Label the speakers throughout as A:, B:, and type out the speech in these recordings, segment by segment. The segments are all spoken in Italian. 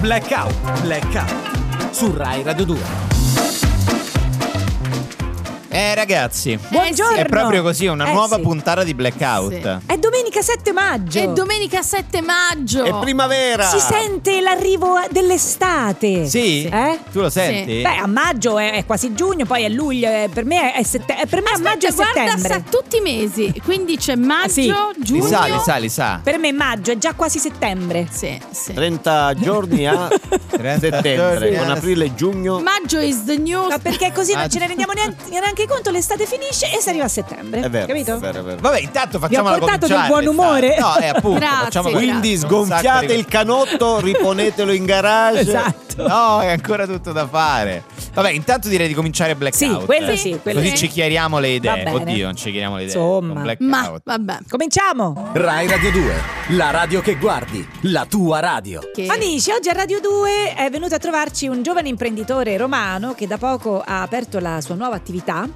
A: Blackout, Blackout su Rai Radio 2.
B: Eh ragazzi,
C: Buongiorno.
B: è proprio così, una
C: Eh,
B: nuova
C: sì.
B: puntata di Blackout.
C: È domenica 7 maggio.
D: È domenica 7 maggio.
B: È primavera!
C: Oh.
E: Ah.
C: si sente l'arrivo dell'estate.
B: Sì?
C: Eh?
B: Tu lo senti?
C: Beh, a maggio è, è quasi giugno, poi è luglio, è- per me è, settembre. Per me a maggio è
D: Aspetta, Cioè, guarda,
C: settembre.
D: sa tutti i mesi. Quindi c'è maggio,
C: sì.
B: Ah, Li
D: giugno.
B: sa, li sa, li sa.
C: per me maggio è già quasi settembre.
D: Sì, sì.
E: 30 giorni a
B: 30
E: settembre,
B: giorni.
E: con aprile e giugno.
D: Maggio is the new.
C: Ma perché così non
B: Maggio.
C: ce
E: Ah.
C: ne rendiamo neanche, neanche conto, l'estate finisce e si arriva a settembre.
E: È vero,
C: capito?
E: è vero, è vero.
B: Vabbè, intanto facciamola
C: portato del
B: cominciare.
C: buon umore.
B: No, eh, appunto,
D: Grazie,
B: facciamo
D: grazie.
E: Quindi sgonfiate il canotto, riponetelo in garage.
C: Esatto.
B: No, è ancora tutto da fare. Vabbè, intanto direi di cominciare Blackout.
C: Sì, quello sì, quello
B: Così
C: sì.
B: ci chiariamo le idee.
C: Va bene.
B: Oddio, non ci chiariamo le idee.
C: Insomma.
B: Con Blackout.
D: Ma vabbè.
C: Cominciamo.
A: Rai Radio 2, la radio che guardi, la tua radio.
D: Che...
C: Amici, oggi a Radio 2 è venuto a trovarci un giovane imprenditore romano che da poco ha aperto la sua nuova attività,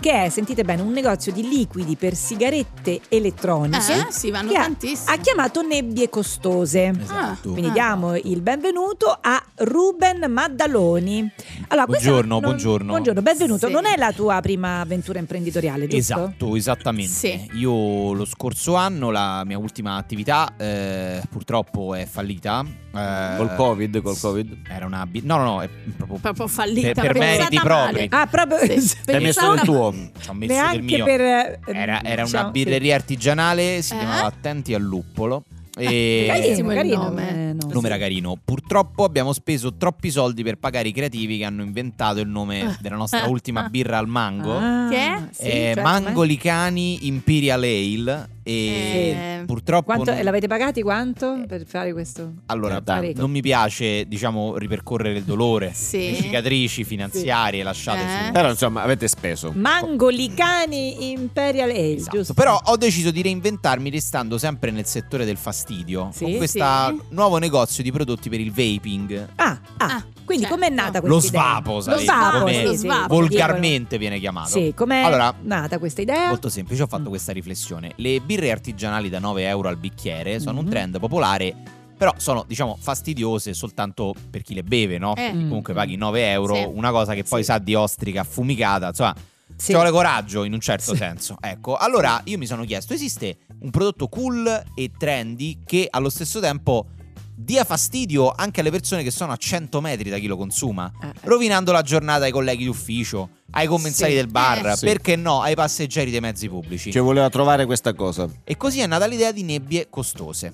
C: che è, sentite bene, un negozio di liquidi per sigarette elettroniche.
D: Eh, sì, vanno
C: che ha-
D: tantissimi.
C: Ha chiamato Nebbie Costose.
D: Ah.
B: Esatto.
C: Quindi diamo il benvenuto a Ruben Maddaloni. Allora, questa
B: Buongiorno,
C: non-
B: buongiorno.
C: Buongiorno, benvenuto.
D: Sì.
C: Non è la tua prima avventura imprenditoriale, giusto?
B: Esatto, esattamente.
D: Sì.
B: Io lo scorso anno la mia ultima attività eh, purtroppo è fallita. eh,
E: Col Covid, col Covid.
B: Era una... bi- No, no, no, è proprio...
D: Proprio fallita.
B: Per- per
D: pensata
B: meriti
D: male.
B: propri.
C: Ah, proprio
D: Sì.
E: Hai messo
D: Pensata-
E: il tuo.
B: Ci ho messo del
C: neanche
B: mio.
C: per eh,
B: Era, era
C: diciamo,
B: una
C: sì.
B: birreria artigianale, si
D: Eh?
B: chiamava Attenti al Luppolo.
C: Ah,
B: Eh,
D: Bellissimo
B: E...
C: Carino,
D: il
C: carino,
D: nome.
C: eh, no.
B: Il nome era carino. Purtroppo abbiamo speso troppi soldi per pagare i creativi che hanno inventato il nome della nostra ultima birra al mango.
C: Ah,
D: Che?
C: sì,
B: Eh,
C: certo, eh.
B: Mangolicani Imperial Ale. E
D: Sì.
B: purtroppo.
C: Eh, Quanto-
B: non-
C: e l'avete pagati quanto per fare questo?
B: Eh. Allora,
E: Eh, tanto.
B: non mi piace, diciamo, ripercorrere il dolore,
D: Sì.
B: le cicatrici finanziarie lasciate
D: Eh.
B: su.
E: Però insomma, avete speso.
C: Mangolicani Imperial Ale,
B: Esatto.
C: giusto?
B: Però ho deciso di reinventarmi restando sempre nel settore del fastidio
C: Sì.
B: con questo
D: Sì.
B: nuovo negozio di prodotti per il vaping.
C: Ah, ah,
D: Ah,
C: quindi
D: certo.
C: com'è nata
B: cioè, Lo
C: questa idea?
B: svapo, sai,
C: svapo,
B: come
C: sì, sì.
D: svapo.
B: volgarmente viene chiamato.
C: Sì, Eh, com'è
B: Allora,
C: nata questa idea?
B: Molto semplice, ho fatto
C: Mm.
B: questa riflessione. Le birre artigianali da 9 euro al bicchiere sono
C: Mhm.
B: un trend popolare, però sono, diciamo, fastidiose soltanto per chi le beve, no?
D: Eh.
C: Mm.
B: Comunque paghi 9 euro,
D: Sì.
B: una cosa che poi
C: Sì.
B: sa di ostrica affumicata, insomma,
C: Sì.
B: ci vuole coraggio in un certo
C: Sì.
B: senso. Ecco, allora io mi sono chiesto, esiste un prodotto cool e trendy che allo stesso tempo dia fastidio anche alle persone che sono a 100 metri da chi lo consuma?
C: Ah,
B: rovinando la giornata ai colleghi d'ufficio, ai commensali
C: Sì,
B: del bar,
D: eh,
E: sì.
B: perché no, ai passeggeri dei mezzi pubblici.
E: Ci voleva trovare questa cosa.
B: E così è nata l'idea di nebbie costose.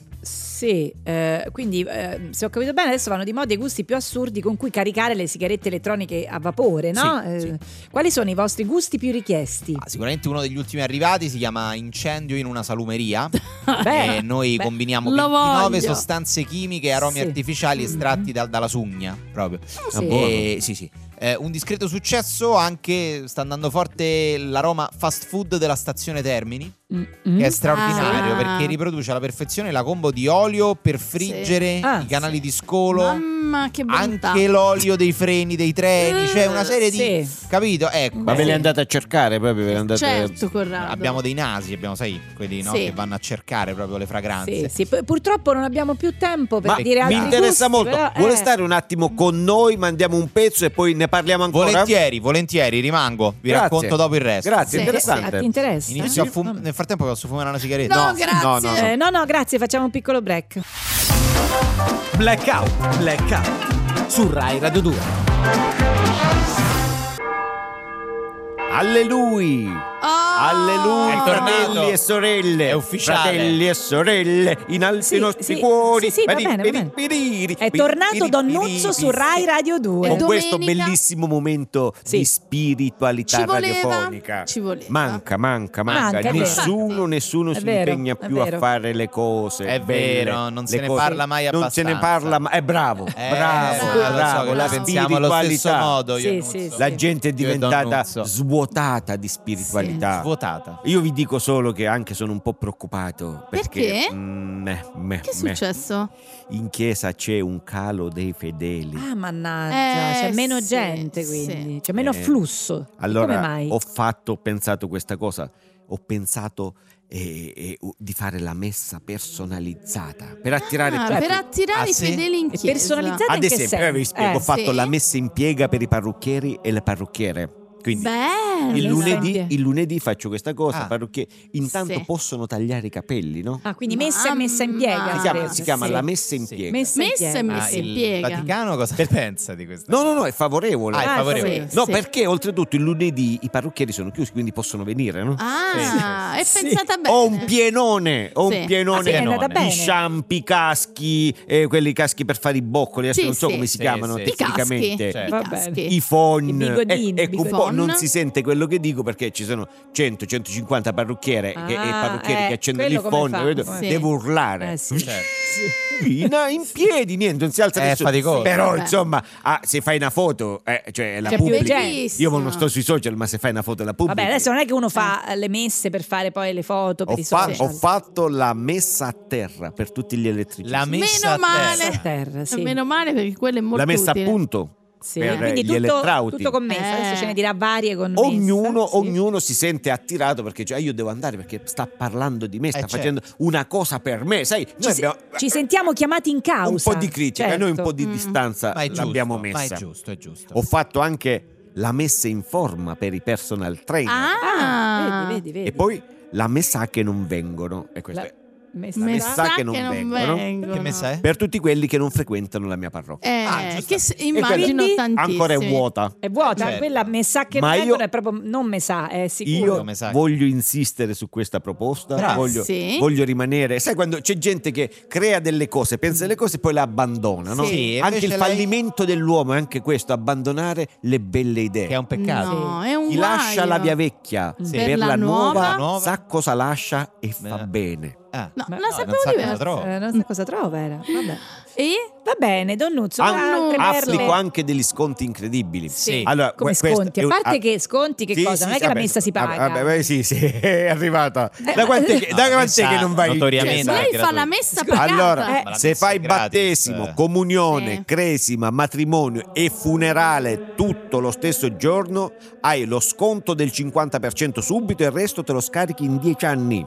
C: Sì, eh, quindi eh, se ho capito bene adesso vanno di moda i gusti più assurdi con cui caricare le sigarette elettroniche a vapore, no?
B: Sì,
C: Eh, Quali sono i vostri gusti più richiesti?
B: Ah, sicuramente uno degli ultimi arrivati si chiama Incendio in una salumeria.
C: Beh,
B: e Ah, eh, noi
C: beh,
B: combiniamo
D: lo
B: 29
D: voglio.
B: sostanze chimiche e aromi
C: Sì.
B: artificiali estratti dal- dalla sugna. Proprio.
C: Ah,
E: Ah,
C: sì.
E: boh.
B: E- sì, sì. Eh, un discreto successo anche sta andando forte l'aroma fast food della stazione Termini.
C: Mm, mm.
B: che è straordinario
D: Ah.
B: perché riproduce alla perfezione la combo di olio per friggere
C: Ah,
B: i canali
D: sì.
B: di scolo.
D: Mamma che bontà.
B: Anche l'olio dei freni, dei treni, cioè una serie di.
C: Sì.
B: Capito? Ecco.
E: Ma ve
C: Sì.
E: le andate a cercare proprio? Ve le andate
D: Certo, Corrado.
B: Abbiamo dei nasi, abbiamo, sai, quelli no,
D: Sì.
B: che vanno a cercare proprio le
C: Sì,
B: fragranze.
C: sì, pu- purtroppo non abbiamo più tempo per
E: Ma
C: dire
E: mi
C: altri
E: interessa
C: gusti,
E: molto.
C: però,
E: Vuole
C: eh,
E: stare un attimo con noi? Mandiamo un pezzo e poi ne parliamo ancora.
B: Volentieri, volentieri, rimango. Vi
E: Grazie.
B: racconto dopo il resto.
E: Grazie,
D: Sì,
C: ah,
E: interessante.
C: ti interessa?
B: Inizio a fum-
C: Vabbè.
B: Nel frattempo posso fumare una sigaretta.
D: No,
E: No,
D: grazie.
E: no, no,
C: Eh, no, no, grazie, facciamo un piccolo break.
A: Blackout, Blackout su Rai Radio 2.
E: Alleluia!
D: Oh,
E: Alleluia,
B: È tornato.
E: fratelli e sorelle,
B: È ufficiale.
E: fratelli e sorelle, in alto
C: Sì,
E: i nostri
C: sì,
E: cuori.
C: sì, sì, va
E: Piri,
C: bene, va
E: piri,
C: bene.
E: piri,
C: È
E: piri,
C: tornato
E: piri,
C: Don
E: piri,
C: Nuzzo su
E: piri.
C: Rai Radio 2.
D: È
E: Con
D: domenica.
E: questo bellissimo momento
C: Sì.
E: di spiritualità
D: Ci voleva,
E: radiofonica.
D: ci voleva.
E: Manca, manca,
C: Manca,
E: manca.
C: è vero.
E: nessuno, nessuno
C: È
E: si
C: vero,
E: impegna
C: è
E: più a
C: vero.
E: fare le cose.
B: È
E: belle,
B: vero, non se
E: le
B: ne
E: cose-
B: parla mai
E: Non se ne
B: abbastanza.
E: parla mai. È bravo,
B: Eh,
E: bravo,
B: lo so che
E: bravo. La
B: pensiamo allo stesso
E: spiritualità.
B: modo. Io
C: Sì,
B: e Nuzzo.
C: sì, sì.
E: La gente è
B: Io e Don
E: diventata
B: Nuzzo.
E: svuotata di spiritualità.
B: Svuotata.
E: Io vi dico solo che anche sono un po' preoccupato. Perché?
D: Perché?
E: Mm, meh, meh,
D: Che è
E: meh.
D: successo?
E: In chiesa c'è un calo dei fedeli.
C: Ah, mannaggia,
D: Eh,
C: c'è meno
D: sì,
C: gente
D: sì.
C: quindi, c'è meno
E: Eh,
C: flusso. E
E: Allora
C: Come mai?
E: ho fatto, ho pensato questa cosa, ho pensato e- e- u- di fare la messa personalizzata per attirare
D: Ah,
E: tutti.
D: per attirare
B: Ah,
D: i
B: sì?
D: fedeli in
C: E
D: chiesa.
C: personalizzata in
E: Ad
C: che
E: esempio, io vi
C: senso?
E: spiego, ho
C: Eh,
E: fatto
D: sì.
E: la messa in piega per i parrucchieri e la parrucchiere. Quindi
D: Bello.
E: il lunedì,
C: Senti.
E: il lunedì faccio questa cosa,
B: Ah.
E: parrucchie- intanto
D: Sì.
E: possono tagliare i capelli, no?
C: Ah, quindi messa e messa in
D: Mamma.
C: piega.
E: si
D: Ah,
E: chiama,
C: credo,
E: si chiama
C: sì.
E: la messa in
B: Sì.
E: piega.
C: Messa in
D: Messa e
C: piega.
D: messa-
B: Ah,
D: si
B: il
D: piega.
B: Vaticano cosa ne pensa di questo?
E: No, no, no, è favorevole.
B: Ah, è
C: Ah,
B: favorevole.
D: sì.
E: No, perché oltretutto il lunedì i parrucchieri sono chiusi, quindi possono venire, no?
D: Ah, è
C: Sì.
D: pensata bene.
E: Ho un pienone, ho
D: Sì.
E: un
B: Ah, sì,
E: pienone.
B: è andata
E: I
C: bene.
E: sciampi, i caschi, eh, quelli caschi per fare i boccoli, adesso
D: Sì,
E: non so
D: sì.
E: come si
B: Sì,
E: chiamano
B: sì.
D: I caschi.
E: tecnicamente.
B: Cioè,
D: I
C: Va
D: caschi.
C: bene.
E: I fon,
C: I bigodini,
E: ecco un po'
D: bigodini.
E: non si sente quello che dico perché ci sono 100-150 parrucchiere che- e
C: Ah,
E: parrucchieri
C: eh,
E: che accendono il
C: quello come
E: fon,
C: fa?
E: capito?
D: Sì.
E: devo urlare.
C: Eh, sì.
B: Certo.
E: Fina in piedi, niente, non si alza
B: È
E: nessuno.
B: faticoso.
E: Però
D: Vabbè.
E: insomma, ah, se fai una foto, eh, cioè la
C: C'è Eh. più
E: pubblichi.
D: gente.
E: Io mo non sto sui social, ma se fai una foto la pubblichi.
C: Vabbè, adesso non è che uno fa eh, le messe per fare poi le foto per
E: ho,
C: i
E: fa-
C: social.
E: ho fatto la messa a terra per tutti gli elettricisti.
B: La messa
D: Meno
B: a
D: male.
B: terra.
C: a terra, sì.
D: Meno male perché quello è molto
E: La messa
D: utile.
E: a punto.
C: Sì.
E: per
C: Quindi
E: gli
C: tutto,
E: elettrauti.
C: tutto commesso, adesso
D: Eh.
C: ce ne dirà varie con messa,
E: Ognuno,
C: sì.
E: ognuno si sente attirato perché cioè, io devo andare perché sta parlando di me, sta
B: certo.
E: facendo una cosa per me. Sai,
C: Ci,
E: noi
C: se-
E: abbiamo eh,
C: ci sentiamo chiamati in causa.
E: un po' di critica,
C: certo.
E: noi un po' di
D: Mm.
E: distanza
B: Ma è giusto,
E: l'abbiamo
B: Ma è
E: messa.
B: giusto, è giusto.
E: Ho fatto anche la messa in forma per i personal trainer.
D: Ah,
C: Ah, vedi, vedi, vedi.
E: E poi la messa che non vengono. E questo
C: La-
E: è
C: messa.
E: La
D: messa, che non, vengono.
B: Che messa è?
E: per tutti quelli che non frequentano la mia parrocchia.
D: Eh,
B: Ah, giusto.
D: che s-
E: E quella
D: immagino tantissimi.
E: ancora è vuota.
C: È vuota,
B: Certo.
C: quella messa che
E: Ma
C: non
E: io-
C: vengono è proprio non messa, è sicuro.
E: Io
B: mi sa che-
E: voglio insistere su questa proposta,
B: Bravo.
E: voglio,
D: Sì.
E: voglio rimanere. Sai quando c'è gente che crea delle cose, pensa alle cose e poi le abbandona, no?
D: Sì. Sì,
B: e
E: anche il
B: invece lei-
E: fallimento dell'uomo è anche questo, abbandonare le belle idee.
B: Che è un peccato.
D: No, è un
E: Chi lascia
D: guaio. Mm.
E: la via vecchia
C: Sì.
E: per,
D: Per
E: la,
D: la
E: nuova,
B: nuova.
E: sa cosa lascia e fa
B: Beh.
E: bene.
B: Ah.
D: No,
C: Ma-
D: la
C: no,
D: sapevo
B: non sa cosa
D: diversa.
B: trovo.
C: Eh, non so cosa trova era. Vabbè.
D: E?
C: Va bene, Donnuzzo,
E: An-
C: altre
D: Annuncio.
C: perle.
E: applico anche degli sconti incredibili.
B: Sì.
E: Allora,
C: Come
E: que- questo
C: sconti? A
E: è un-
C: parte che sconti, che cosa? Non è che la
E: vabbè,
C: messa si paga.
E: Vabbè, vabbè, sì, sì, è arrivata. Eh,
C: ma-
E: Da quant'è che,
B: No,
E: da
B: la
E: quant'è
B: messa
E: che non vai in
B: notoriamente
D: Cioè,
B: Ovviamente,
D: lei
E: chiesa?
B: è
D: fa la
B: gratuito.
D: messa pagata.
E: Allora,
C: Ma
B: la
E: se
B: messa
E: fai
B: è gratis. eh.
E: battesimo, comunione,
D: Sì.
E: cresima, matrimonio e funerale tutto lo stesso giorno, hai lo sconto del 50% subito e il resto te lo scarichi in 10 anni.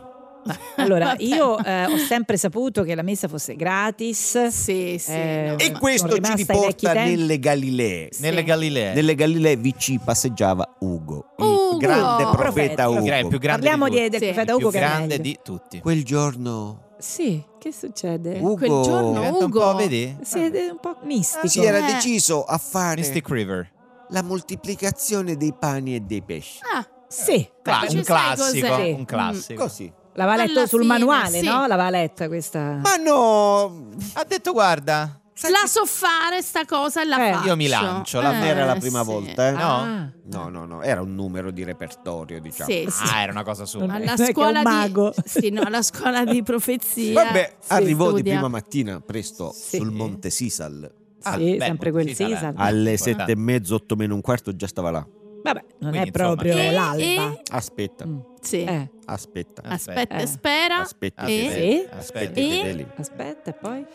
C: Eh, Allora,
D: Vabbè.
C: io eh, ho sempre saputo che la messa fosse gratis.
D: Sì, sì.
C: Eh,
D: no,
E: E
D: ma-
C: sono
E: questo ci
C: rimasta ai
E: riporta
C: vecchi tempi.
E: nelle Galilee.
D: Sì.
B: Nelle Galilee.
E: Eh. Nelle Galilee vicino passeggiava Ugo, il
D: Ugo!
E: grande
D: Il
E: profeta
C: profeta.
B: Il gra- il
E: Ugo.
B: più grande
C: Parliamo
B: di,
C: di, del
D: Sì.
C: profeta
B: tutti.
C: Ugo
B: il più
C: che è
B: grande
C: meglio.
B: di tutti.
E: Quel giorno
C: Sì, che succede?
E: Ugo
D: Quel giorno
B: Diventa un
D: Ugo.
B: po', vedi?
C: Siete un po' mistico.
E: si era
D: Eh.
E: deciso a fare
B: Mystic River.
E: la moltiplicazione dei pani e dei pesci.
D: Ah,
C: Sì,
B: Cla-
D: Vabbè,
B: un
D: ci sai
B: classico,
D: cos'è.
B: un classico.
E: Così.
C: l'aveva
D: Alla
C: letto sul
D: fine,
C: manuale,
D: sì.
C: no? L'aveva letta questa.
E: Ma no,
B: Ha detto guarda,
D: la so fare sta cosa e la
C: Eh,
D: faccio. Eh,
B: io mi lancio, la-
E: non era la prima
D: sì.
E: volta. eh?
B: No.
C: Ah.
E: No, no, no, era un numero di repertorio, diciamo.
D: Sì, sì.
B: ah, era una cosa sua.
C: Non è-
D: Alla
C: che è un
D: scuola,
C: mago.
D: Di, sì, no, alla scuola di profezia.
E: Vabbè,
D: si
E: arrivò di
D: studia.
E: prima mattina, presto,
C: Sì.
E: sul Monte Sisal.
B: Ah,
C: Sì,
B: beh,
C: sempre quel
B: sì, vabbè.
C: Sisal.
E: Alle
B: Importante.
E: sette e mezzo, otto meno un quarto, già stava là.
C: Vabbè, non
B: Quindi,
C: è proprio
B: insomma, eh,
C: l'alba.
D: E,
E: Aspetta,
C: Mm.
D: eh, sì.
C: Eh,
E: aspetta,
D: Aspetta,
C: Eh.
D: spera.
E: aspetta.
D: e-
B: Aspetta,
C: Sì.
B: aspetta.
E: i
D: E-
E: fedeli.
C: aspetta, e poi.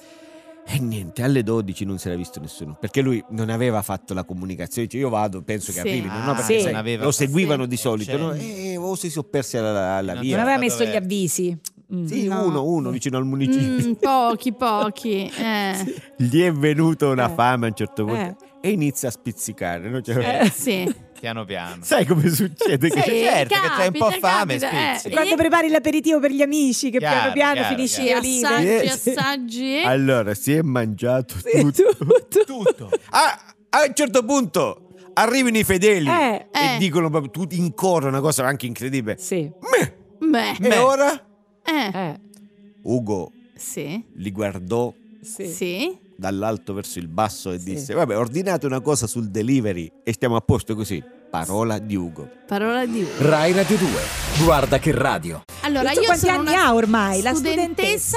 E: E niente, alle 12 non si era visto nessuno, perché lui non aveva fatto la comunicazione, dice io vado, penso che
D: Sì.
E: arrivino, no?
B: Ah,
E: Perché
C: sì.
E: sai,
B: non aveva-
E: lo seguivano
D: sì.
E: di solito, no?
B: Certo.
E: E o si sono persi alla, alla
B: Non
E: via.
C: Non aveva
B: Dove-
C: messo gli avvisi. Mm.
E: Sì,
D: No.
E: uno, uno vicino al municipio.
D: Mm, pochi, pochi. Eh,
E: Gli è venuta una
C: Eh.
E: fame a un certo punto e inizia a spizzicare, no? Cioè,
D: sì. sì.
B: Piano piano.
E: Sai come succede? Che...
B: Sì, certo, che c'hai un po'
D: capita,
B: fame,
D: capita, eh.
B: spizzi.
C: Quando
D: E-
C: prepari l'aperitivo per gli amici, che
B: Chiaro,
C: piano piano
B: chiaro,
C: finisci
B: chiaro.
C: le olive.
D: assaggi,
E: Eh, sì.
D: assaggi.
E: Allora, si è mangiato
C: Sì,
E: tutto.
C: tutto.
B: Tutto.
E: Ah, a un certo punto arrivano i fedeli
C: Eh.
E: e
D: Eh.
E: dicono proprio tutti in coro una cosa anche incredibile.
C: Sì.
E: Meh,
D: Beh,
E: E ora?
D: eh,
C: Eh,
E: Ugo
D: sì,
E: li guardò
C: sì.
D: sì.
E: dall'alto verso il basso e
C: Sì.
E: disse: Vabbè, ordinate una cosa sul delivery e stiamo a posto così. Parola di Ugo.
D: Parola di Ugo.
A: Rai Radio 2. Guarda che radio.
D: Allora,
C: Non so
D: io
C: quanti
D: sono
C: anni
D: una
C: ha ormai, la
D: studentessa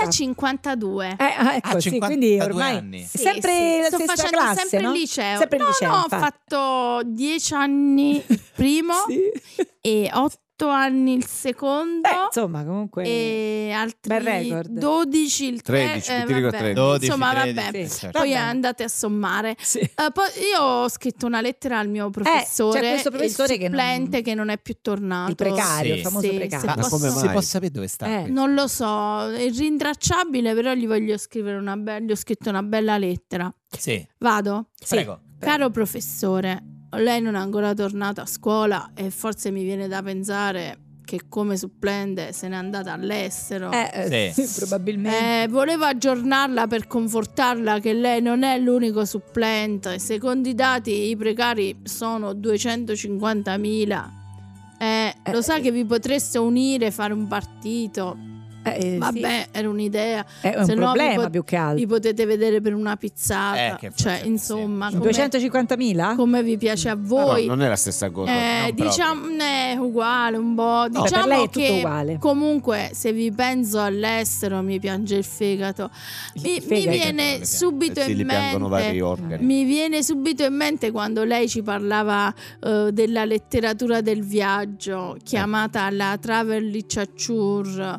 C: studentessa?
D: 52.
C: Eh, ah, ecco,
B: Ah,
C: sì,
B: 52
C: quindi ormai
B: anni.
D: Sì,
C: sempre
D: sì.
C: la
D: Sto
C: stessa
D: facendo
C: classe,
D: sempre
C: no?
D: il liceo.
C: Sempre il
D: no,
C: liceo,
D: no, ho
C: infatti.
D: fatto dieci anni il primo
C: Sì.
D: e otto 8 anni il secondo.
C: Beh, insomma, comunque.
D: e altri
C: bel record.
D: 12 il 3,
E: 13, ti dico 13.
B: 12,
D: insomma
B: 13,
D: vabbè
C: sì,
B: certo.
D: poi
C: Vabbè.
D: andate a sommare
C: Sì.
D: Eh, poi io ho scritto una lettera al mio professore,
C: c'è Eh, cioè, questo
D: il
C: professore che non-
D: supplente che non... è più tornato.
C: Il precario,
B: Sì.
C: il famoso
D: Sì,
C: precario.
D: sì.
B: Ma
E: Ma
B: posso-
E: come
B: se
E: mai?
B: può sapere dove sta?
C: Eh.
B: qui?
D: Non lo so, è rintracciabile, però gli voglio scrivere una bella, gli ho scritto una bella lettera.
B: Sì,
D: Vado.
B: prego.
D: Caro professore, lei non è ancora tornata a scuola e forse mi viene da pensare che come supplente se n'è andata all'estero.
C: Eh,
B: Sì.
C: sì, probabilmente.
D: Eh, volevo aggiornarla per confortarla che lei non è l'unico supplente. Secondo i dati i precari sono 250.000. Eh, lo
C: Eh,
D: sa
C: eh.
D: che vi potreste unire, fare un partito.
C: Eh, sì.
D: Vabbè, era un'idea.
C: È un
D: se no vi
C: problema
D: pot-
C: più che altro.
D: Vi potete vedere per una
B: Eh,
D: pizzata.
B: che
D: cioè,
B: forse-
D: insomma,
B: sì.
D: come,
C: 250.000?
D: come vi piace a voi.
E: No, non è la stessa cosa.
D: Eh,
B: non proprio.
D: diciamo, è uguale un po'.
C: Vabbè,
D: Diciamo
C: per lei è tutto
D: che
C: uguale.
D: comunque se vi penso all'estero mi piange il fegato. Mi,
C: Il
D: mi
C: fegato.
D: viene subito
E: Eh sì,
D: in
E: li piangono vari
D: mente.
E: organi.
D: Mi viene subito in mente quando lei ci parlava eh, della letteratura del viaggio chiamata la travel literature.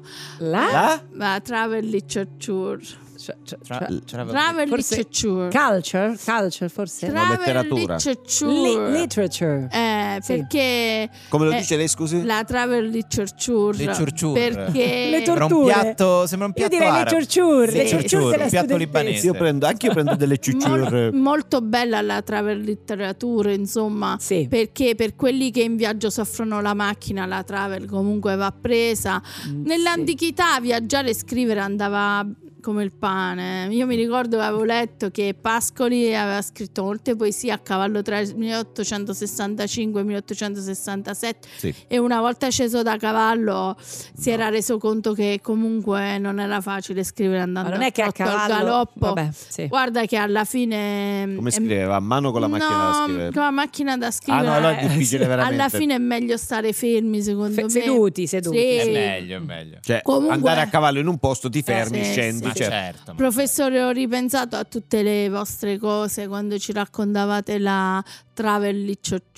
C: La?
B: La?
D: La travel literature.
C: Cioè- cioè-
B: Tra-
C: cioè-
B: tra-
D: Travel
C: Forse-
D: literature.
C: Culture? Culture forse?
E: Tra-
D: Travel
E: letteratura.
D: literature.
C: Li- literature.
D: Eh,
C: Sì.
D: perché
E: Come lo
D: eh,
E: dice lei, scusi?
D: La travel literature.
B: Le ciurciur.
D: Perché
C: Le
B: Sembra un
C: torture.
B: piatto, sembra un
C: Io
B: piatto
C: direi le
B: arabo.
C: ciurciur,
B: Sì.
C: le ciurciur della
B: Un piatto
C: studentessa.
B: libanese.
E: Io prendo, anche io prendo
D: mol-
E: delle ciucciure.
D: molto bella la travel literature, insomma.
C: Sì.
D: Perché per quelli che in viaggio soffrono la macchina, la travel comunque va presa.
C: Mm, sì.
D: Nell'antichità viaggiare e scrivere andava come il pane. Io mi ricordo che avevo letto che Pascoli aveva scritto molte poesie a cavallo tra il 1865 e 1867
E: Sì.
D: e una volta sceso da cavallo si era reso conto che comunque non era facile scrivere
C: Ma
D: andando
C: non è che a
D: trotto, al
C: cavallo...
D: galoppo.
C: Vabbè, sì.
D: Guarda che alla fine
E: Come
D: ehm,
E: scriveva? A mano con la macchina
D: no,
E: da scrivere.
D: con la macchina da
E: Ah
D: scrivere.
E: no, allora è difficile veramente.
D: alla fine è meglio stare fermi, secondo
C: Fe-
D: me.
C: seduti, seduti.
B: È
D: Sì.
B: meglio, è meglio.
E: Cioè,
D: Comunque- Eh,
E: andare a cavallo in un posto, ti fermi,
D: sì,
E: scendi.
B: Ma
D: sì.
E: cioè,
B: certo. ma
D: Professore, ho ripensato a tutte le vostre cose quando ci raccontavate la travel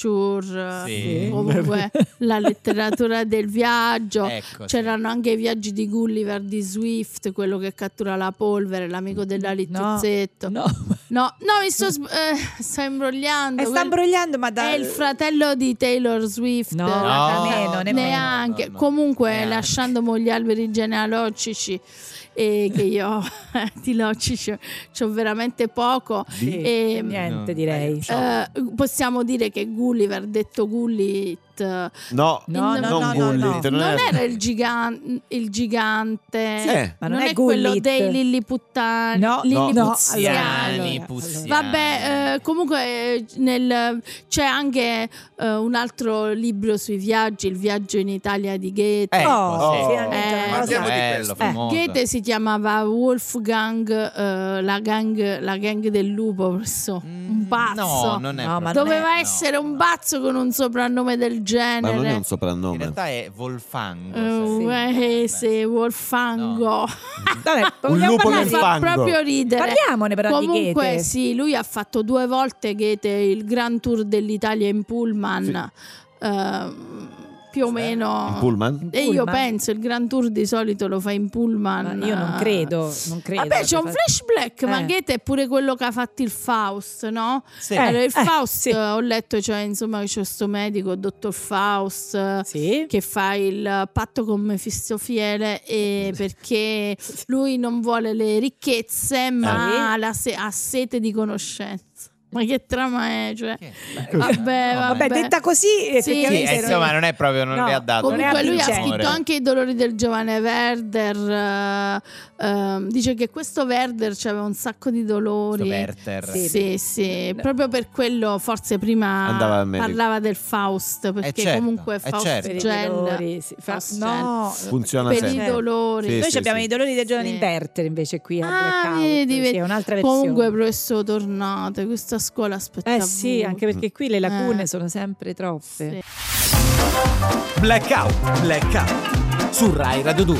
D: literature, eh,
B: Sì.
D: comunque la letteratura del viaggio.
B: Ecco, sì.
D: C'erano anche i viaggi di Gulliver di Swift, quello che cattura la polvere, l'amico della Littuzzetto. No,
C: No,
D: no, mi sto, sb- eh, sto imbrogliando.
C: Eh, sta
D: Quel-
C: imbrogliando, ma da...
D: È il fratello di Taylor Swift.
C: No,
B: No,
C: nemmeno,
B: no,
C: nemmeno.
D: Neanche,
B: no, no.
D: comunque
B: Neanche.
D: lasciandomi gli alberi genealogici eh, che io di logici c'ho veramente poco.
C: Sì,
D: E-
B: No,
C: niente, direi.
B: dai, ciao.
D: eh, possiamo dire che Gulliver, detto Gullit,
E: no,
C: No,
D: in-
C: no,
E: non
C: no, no, no.
E: Gullit,
D: non
E: non, era-
D: era il, gigan- il gigante,
E: Sì, eh,
C: Ma non è
D: quello
C: Gullit.
D: dei Lilliputtani.
C: No,
E: No.
C: no,
B: Puziani,
C: allora,
B: Puziani.
D: Vabbè, eh, comunque eh, nel- c'è anche eh, un altro libro sui viaggi, Il viaggio in Italia di Goethe.
B: Ecco,
C: Oh,
B: sì. cioè,
C: finalmente
D: una
B: Ma
D: cosa-
B: bello,
E: Eh, Goethe
B: famoso.
D: Goethe si chiamava Wolfgang, eh, la, gang, la gang del lupo, presso un
B: Mm,
D: pazzo.
B: No, non è
C: No, ma
B: proprio-
C: non
D: Doveva
B: no,
D: essere un
B: no.
D: pazzo con un soprannome del
E: ma non è
D: genere.
E: un
B: In
E: soprannome.
B: realtà è Volfango.
D: Eh,
B: sai.
D: eh, se Wolfango.
B: No.
C: Vabbè,
E: Un
C: vogliamo
E: lupo
D: Mi
E: nel
C: parlare-
D: fa
E: fango.
D: proprio ridere.
C: Parliamone però di
D: Comunque,
C: Goethe.
D: sì, lui ha fatto due volte Goethe il Grand Tour dell'Italia in Pullman. eh, più o
B: Sì.
D: meno.
E: In pullman?
D: E io
C: Pullman?
D: penso il Grand Tour di solito lo fa in Pullman.
C: Ma io non credo, non credo.
D: Vabbè, c'è un
C: Fa-
D: flashback, ma
C: Eh.
D: Goethe è pure quello che ha fatto il Faust, no?
B: Sì.
C: Eh.
D: Allora, il Faust,
C: sì.
D: ho letto, cioè, insomma, che c'è questo medico, dottor Faust, eh,
C: Sì.
D: che fa il patto con Mefistofiele e perché lui non vuole le
C: Eh.
D: ricchezze, ma la se- ha sete di conoscenza. Ma che trama è? Cioè,
B: Che- No,
D: vabbè,
B: ma-
D: vabbè.
C: Vabbè, detta così,
B: Sì,
C: effettivamente
B: eh,
C: non-
B: insomma, non è proprio, non
C: No,
B: le ha dato.
C: non è
D: Comunque lui ha
C: avvincente.
D: scritto anche i dolori del giovane Werder. eh, ehm, dice che questo Werder aveva un sacco di dolori.
B: Questo Werther.
C: Sì.
D: Sì, sì, proprio per quello forse prima
E: Andava al medico.
D: parlava del Faust, perché
B: certo,
D: comunque
B: eh
D: Faust
B: certo.
C: per i
D: gel
C: dolori, sì, fa-
D: Faust
C: no,
E: Funziona
D: per i
E: sempre.
D: dolori.
E: Sì,
C: Noi
E: sì,
C: abbiamo
E: sì.
C: i dolori del giorno
D: Sì.
C: inverter invece qui a
D: Ah,
C: Blackout.
D: vedi, vedi.
C: Sì, è un'altra versione.
D: Comunque, professore, tornate, questa scuola aspetta
C: eh
D: a
C: sì,
D: voi.
C: anche perché qui le lacune
D: Eh.
C: sono sempre troppe.
D: Sì.
A: Blackout, blackout su Rai Radio 2.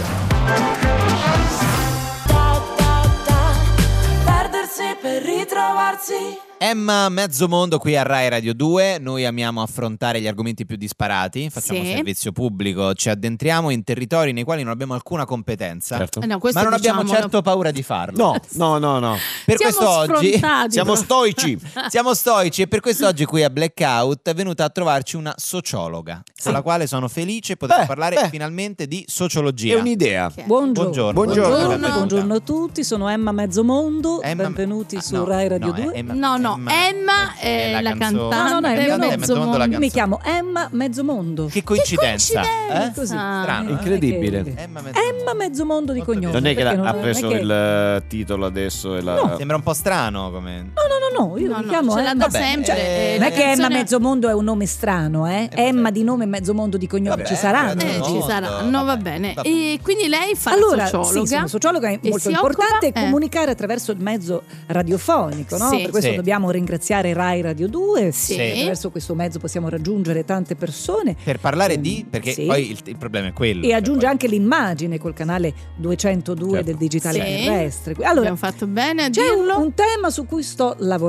F: Perdersi per ritrovarsi
B: Emma Mezzomondo qui a Rai Radio 2, noi amiamo affrontare gli argomenti più disparati, facciamo
D: Sì.
B: servizio pubblico, ci addentriamo in territori nei quali non abbiamo alcuna competenza,
E: Certo.
D: Eh no, questo
B: ma non abbiamo
D: diciamolo.
B: certo paura di farlo.
E: No, no, no, no.
B: Per
D: Siamo
B: questo oggi
D: sfrontati,
E: Siamo
D: però.
E: stoici.
B: siamo stoici e per questo oggi qui a Blackout è venuta a trovarci una sociologa, con la quale sono felice poter
E: Beh,
B: parlare
E: beh.
B: finalmente di
E: È
B: sociologia.
E: un'idea.
D: Ok.
C: Buongiorno.
B: Buongiorno.
E: Buongiorno.
D: Buongiorno.
C: Buongiorno a tutti, sono Emma Mezzomondo,
B: Emma-
C: benvenuti
B: ah,
C: su
B: no,
C: Rai Radio
B: no,
C: 2.
B: Emma-
D: No, no, Emma è la
B: canzone-
D: cantante,
C: No, no, no, è
B: la
C: mio
B: cantante
C: mezzo
B: Mezzomondo la
C: Io mi
B: canzone.
C: chiamo Emma Mezzomondo.
B: Che coincidenza.
D: coincidenza.
B: eh?
C: Così.
B: Strano, eh?
E: Incredibile.
C: Che-
B: Emma Mezzomondo.
C: Emma Mezzomondo di
B: Molto bene.
C: cognome.
E: Non è che
C: perché
E: l'ha- ha
C: non è
E: preso
C: che-
E: il eh, titolo adesso e la...
C: No.
B: Sembra un po' strano come...
C: No, no, no, no, io
D: No,
C: mi
D: no,
C: chiamo
D: ce l'ha
C: Emma. Cioè,
D: da
B: Vabbè,
D: sempre.
B: eh,
C: Non è che Emma
D: canzone-
C: Mezzomondo è un nome strano, eh?
B: vabbè.
C: Emma di nome Mezzomondo di cognome
B: Vabbè,
C: ci saranno.
B: vabbè,
D: Eh,
B: no.
D: ci
B: Mondo,
D: saranno, va
B: vabbè,
D: bene.
B: va
D: E quindi lei fa
C: Allora,
D: la sociologa.
C: sì, sono sociologa è
D: e
C: molto
D: si
C: importante
D: occupa- eh.
C: comunicare attraverso il mezzo radiofonico, no?
D: Sì.
C: Per questo
B: Sì.
C: dobbiamo ringraziare Rai Radio 2,
D: Sì.
C: perché attraverso questo mezzo possiamo raggiungere tante persone
B: Per parlare di... perché
C: Sì.
B: poi il, il problema è quello.
C: e
B: cioè,
C: aggiunge
B: poi-
C: anche l'immagine col canale 202
E: Certo.
C: del digitale
D: Sì.
C: terrestre. Allora,
D: Abbiamo fatto bene a
C: c'è un,
D: dirlo.
C: un tema su cui sto lavorando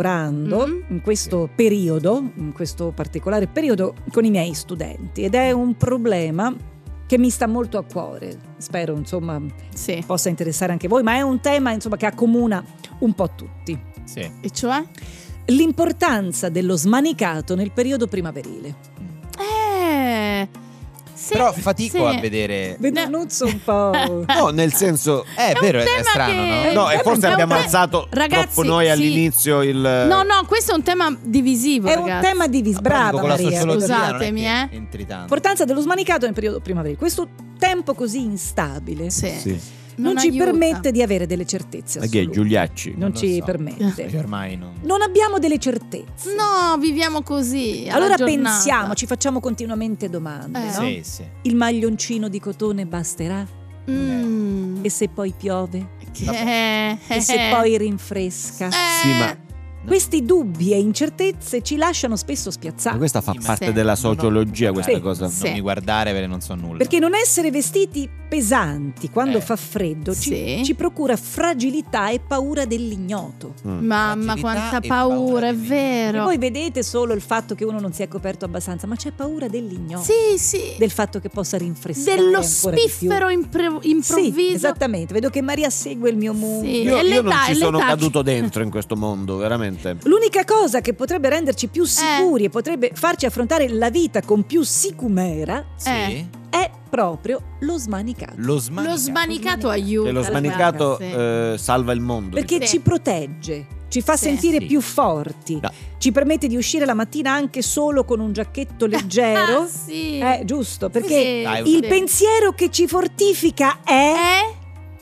D: Mhm.
C: in questo periodo, in questo particolare periodo, con i miei studenti ed è un problema che mi sta molto a cuore. Spero, insomma,
D: Sì.
C: possa interessare anche voi, ma è un tema, insomma, che accomuna un po' tutti.
B: Sì.
D: E cioè?
C: L'importanza dello smanicato nel periodo primaverile.
D: Eh. Sì,
B: Però fatico
D: sì.
B: a vedere...
C: Benvenuto un po'.
E: No, nel senso...
B: Eh, È
D: un
B: vero, è
D: tema
B: strano,
D: che-
B: no?
E: No, e
D: Eh,
E: forse
D: è un
E: abbiamo
D: tema-
E: alzato
D: Ragazzi,
E: troppo noi
D: sì.
E: all'inizio il...
D: No, no, questo è un tema divisivo.
C: È un
D: ragazzi.
C: tema diviso. Brava
B: con la
C: Maria.
B: sociologia non è
D: Scusatemi,
B: che
D: eh.
B: Entri tanto.
C: L'importanza dello smanicato nel periodo primaverile. Questo tempo così instabile
D: Sì.
E: Sì.
C: non, ci
D: aiuta.
C: permette di avere delle certezze.
E: Ma che è
C: assolute.
E: Giuliacci?
C: non
B: lo
C: ci
B: so. Eh, Perché
C: permette.
B: ormai non...
C: Non abbiamo delle certezze.
D: No, viviamo così. alla
C: allora
D: giornata.
C: pensiamo, ci facciamo continuamente domande.
D: Eh.
C: no?
B: Sì, sì.
C: Il maglioncino di cotone basterà?
D: Mm, Eh,
C: E se poi piove?
D: che-
C: E se eh, poi
D: Eh,
C: rinfresca?
E: Sì, ma
C: Questi dubbi e incertezze ci lasciano spesso
E: ma
C: spiazzati.
E: questa fa
B: Sì, ma-
E: parte
D: Sì.
E: della
B: No, no.
E: sociologia, questa
C: Sì.
E: cosa.
D: Sì.
B: Non mi guardare perché non so nulla.
C: Perché non essere vestiti pesanti quando
B: Eh.
C: fa freddo ci-
D: Sì.
C: ci procura fragilità e paura dell'ignoto.
E: Mm.
D: Mamma,
B: Fragilità
D: quanta
B: e
D: paura,
B: paura
D: è
B: di-
C: E
D: vero.
C: voi vedete solo il fatto che uno non si è coperto abbastanza, ma c'è paura dell'ignoto,
D: Sì, sì.
C: del fatto che possa rinfrescare
D: dello
C: ancora di più.
D: spiffero impre-
C: Sì,
D: improvviso.
C: esattamente, vedo che Maria segue il mio mood.
D: Sì.
E: Io,
D: E
E: io
D: l'età,
E: non ci
D: e
E: sono
D: l'età.
E: caduto dentro in questo mondo, veramente.
C: L'unica cosa che potrebbe renderci
D: Eh.
C: più sicuri e potrebbe farci affrontare la vita con più sicumera
B: Sì.
D: Eh.
C: è proprio lo smanicato.
B: Lo smanicato.
D: Lo smanicato aiuta.
E: E lo smanicato eh, salva il mondo.
C: Perché
D: Sì.
C: ci protegge, ci fa
D: Sì.
C: sentire
B: Sì.
C: più forti,
E: No.
C: ci permette di uscire la mattina anche solo con un giacchetto leggero.
D: Ah, sì.
C: Eh, giusto, perché
B: Dai,
D: sì.
C: il pensiero che ci fortifica è...
D: Eh,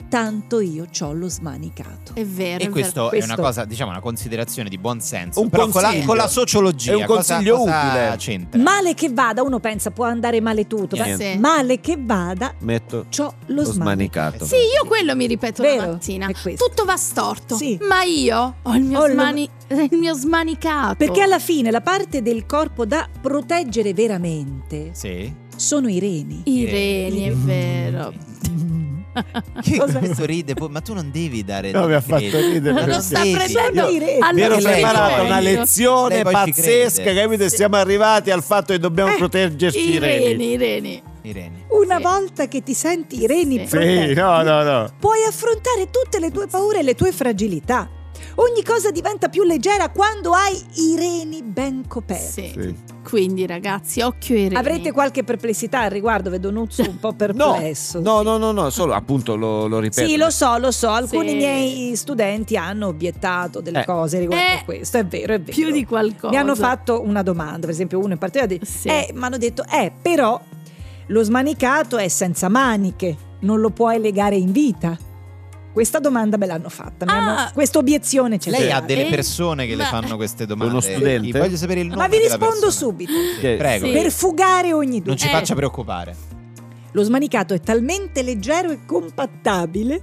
C: tanto io c'ho lo smanicato.
D: È vero.
B: E
D: è
B: questo, è
C: Questo-
B: una cosa, diciamo, una considerazione di buon senso.
E: Un
B: Però con la,
E: consiglio.
B: con la sociologia.
E: È un
B: cosa-
E: consiglio
B: cosa
E: utile.
B: C'entra.
C: Male che vada, uno pensa può andare male tutto, ma
D: vero.
E: Niente.
D: Sì.
C: male che vada,
E: Metto
C: c'ho lo,
E: lo
C: smanicato.
E: smanicato.
D: Sì, io quello mi ripeto la
C: Vero?
D: mattina.
C: È questo.
D: Tutto va storto.
C: Sì.
D: Ma io ho il mio,
C: Ho lo-
D: smani- il mio smanicato.
C: Perché alla fine la parte del corpo da proteggere veramente
B: Sì.
C: sono i reni.
D: I reni, è vero.
B: Chi
C: Cosa-
B: questo ride? poi- Ma tu non devi dare.
E: No, mi ha
B: del
E: fatto
B: credito. Ma
E: ridere perché-
B: non
D: Lo sta
B: devi.
C: Io-
D: prendendo
C: I reni.
D: alla
E: Mi ero
B: Perché lei
E: preparata
B: poi-
E: una lezione
B: lei poi ci
E: pazzesca,
B: crede.
E: capito? E Siamo arrivati al fatto che dobbiamo proteggerci
D: I
E: i reni.
D: reni, i reni.
B: Irene.
C: Una
D: Sì.
C: volta che ti senti i reni
D: Sì.
E: Sì,
C: protetti,
E: no, no, no.
C: puoi affrontare tutte le tue paure e le tue fragilità. Ogni cosa diventa più leggera quando hai i reni ben coperti.
D: Sì.
E: Sì.
D: Quindi, ragazzi, occhio ai reni.
C: Avrete qualche perplessità al riguardo, vedo Nuzzo un po'
E: No,
C: perplesso.
E: no, no, no, no, solo appunto lo, lo ripeto.
C: Sì, lo so, lo so, alcuni
D: Sì.
C: miei studenti hanno obiettato delle
E: Eh.
C: cose riguardo a
D: Eh.
C: questo, è vero, è vero.
D: più di qualcosa.
C: Mi hanno fatto una domanda, per esempio uno in particolare, ha detto,
D: Sì.
C: eh, mi hanno detto, eh, però lo smanicato è senza maniche, non lo puoi legare in vita. Questa domanda me l'hanno fatta, mi
D: Ah.
C: hanno- questa obiezione c'è.
B: Lei ha
C: stata.
B: delle
D: Eh?
B: persone che le
D: Ma-
B: fanno queste domande.
E: Uno studente?
B: Gli Voglio sapere il nome.
C: Ma vi
B: della
C: rispondo
B: persona.
C: subito,
B: Sì, Prego.
D: Sì.
C: per fugare ogni
B: Non
C: dubbio.
B: ci
D: Eh.
B: faccia preoccupare.
C: Lo smanicato è talmente leggero e compattabile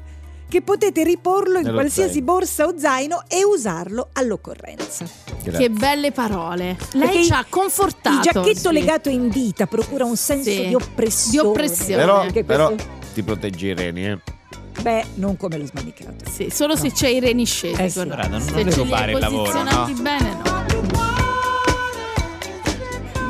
C: che potete riporlo in
E: Nello
C: qualsiasi
E: zaino.
C: borsa o zaino e usarlo all'occorrenza.
D: Che belle parole.
C: Perché
D: Lei ci
C: il-
D: ha confortato.
C: Il giacchetto
D: oggi.
C: legato in dita procura un senso
D: Sì.
C: di oppressione.
D: Di oppressione.
E: Però,
C: Perché
E: però
C: questo-
E: ti proteggi i reni, eh.
C: Beh, non come lo smanicato.
D: Sì, solo se
C: No.
D: c'è i reni scesi.
C: Eh sì.
D: guarda.
B: Guarda, non-
D: se
B: non le
D: ce li
B: rubare
D: hai
B: il lavoro,
D: posizionati
B: no?
D: bene, no.